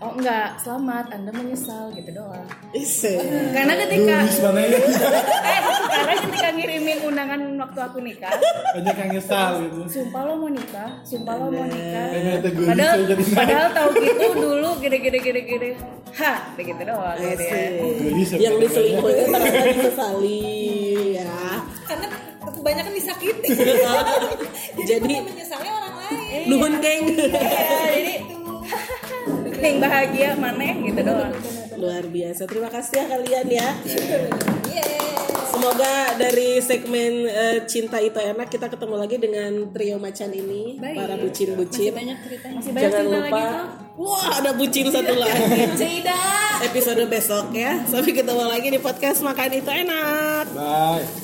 [SPEAKER 3] Oh enggak, selamat Anda menyesal gitu doang.
[SPEAKER 4] Ise.
[SPEAKER 3] Karena ketika
[SPEAKER 2] Lulus mana ya?
[SPEAKER 3] eh sekarang ketika ngirimin undangan waktu aku nikah,
[SPEAKER 2] Banyak yang nyesal gitu.
[SPEAKER 3] sumpah lo mau nikah, sumpah lo mau nikah.
[SPEAKER 2] Ternyata gue
[SPEAKER 3] Padahal
[SPEAKER 2] bisa jadi naik.
[SPEAKER 3] padahal tahu gitu dulu gede-gede gede-gede. Ha, begitu doang gitu ya.
[SPEAKER 2] Gelis ya,
[SPEAKER 4] Yang
[SPEAKER 2] pokoknya.
[SPEAKER 4] diselingkuhin ternyata disesali ya.
[SPEAKER 5] Karena kebanyakan disakiti.
[SPEAKER 4] Jadi- Eh.
[SPEAKER 5] bukan menyesalnya orang lain.
[SPEAKER 4] Nuhun geng.
[SPEAKER 3] Ya, jadi Kering bahagia mana gitu doang.
[SPEAKER 4] Luar biasa. Terima kasih ya kalian ya.
[SPEAKER 5] Yeay.
[SPEAKER 4] Semoga dari segmen eh, cinta itu enak kita ketemu lagi dengan trio macan ini
[SPEAKER 3] Baik.
[SPEAKER 4] para bucin-bucin.
[SPEAKER 5] Banyak ceritanya.
[SPEAKER 3] Masih banyak
[SPEAKER 4] Jangan
[SPEAKER 3] cerita
[SPEAKER 4] lupa.
[SPEAKER 3] lagi tuh.
[SPEAKER 4] Wah ada bucin satu lagi.
[SPEAKER 5] Tidak.
[SPEAKER 4] Episode besok ya. Sampai ketemu lagi di podcast makan itu enak.
[SPEAKER 2] Bye.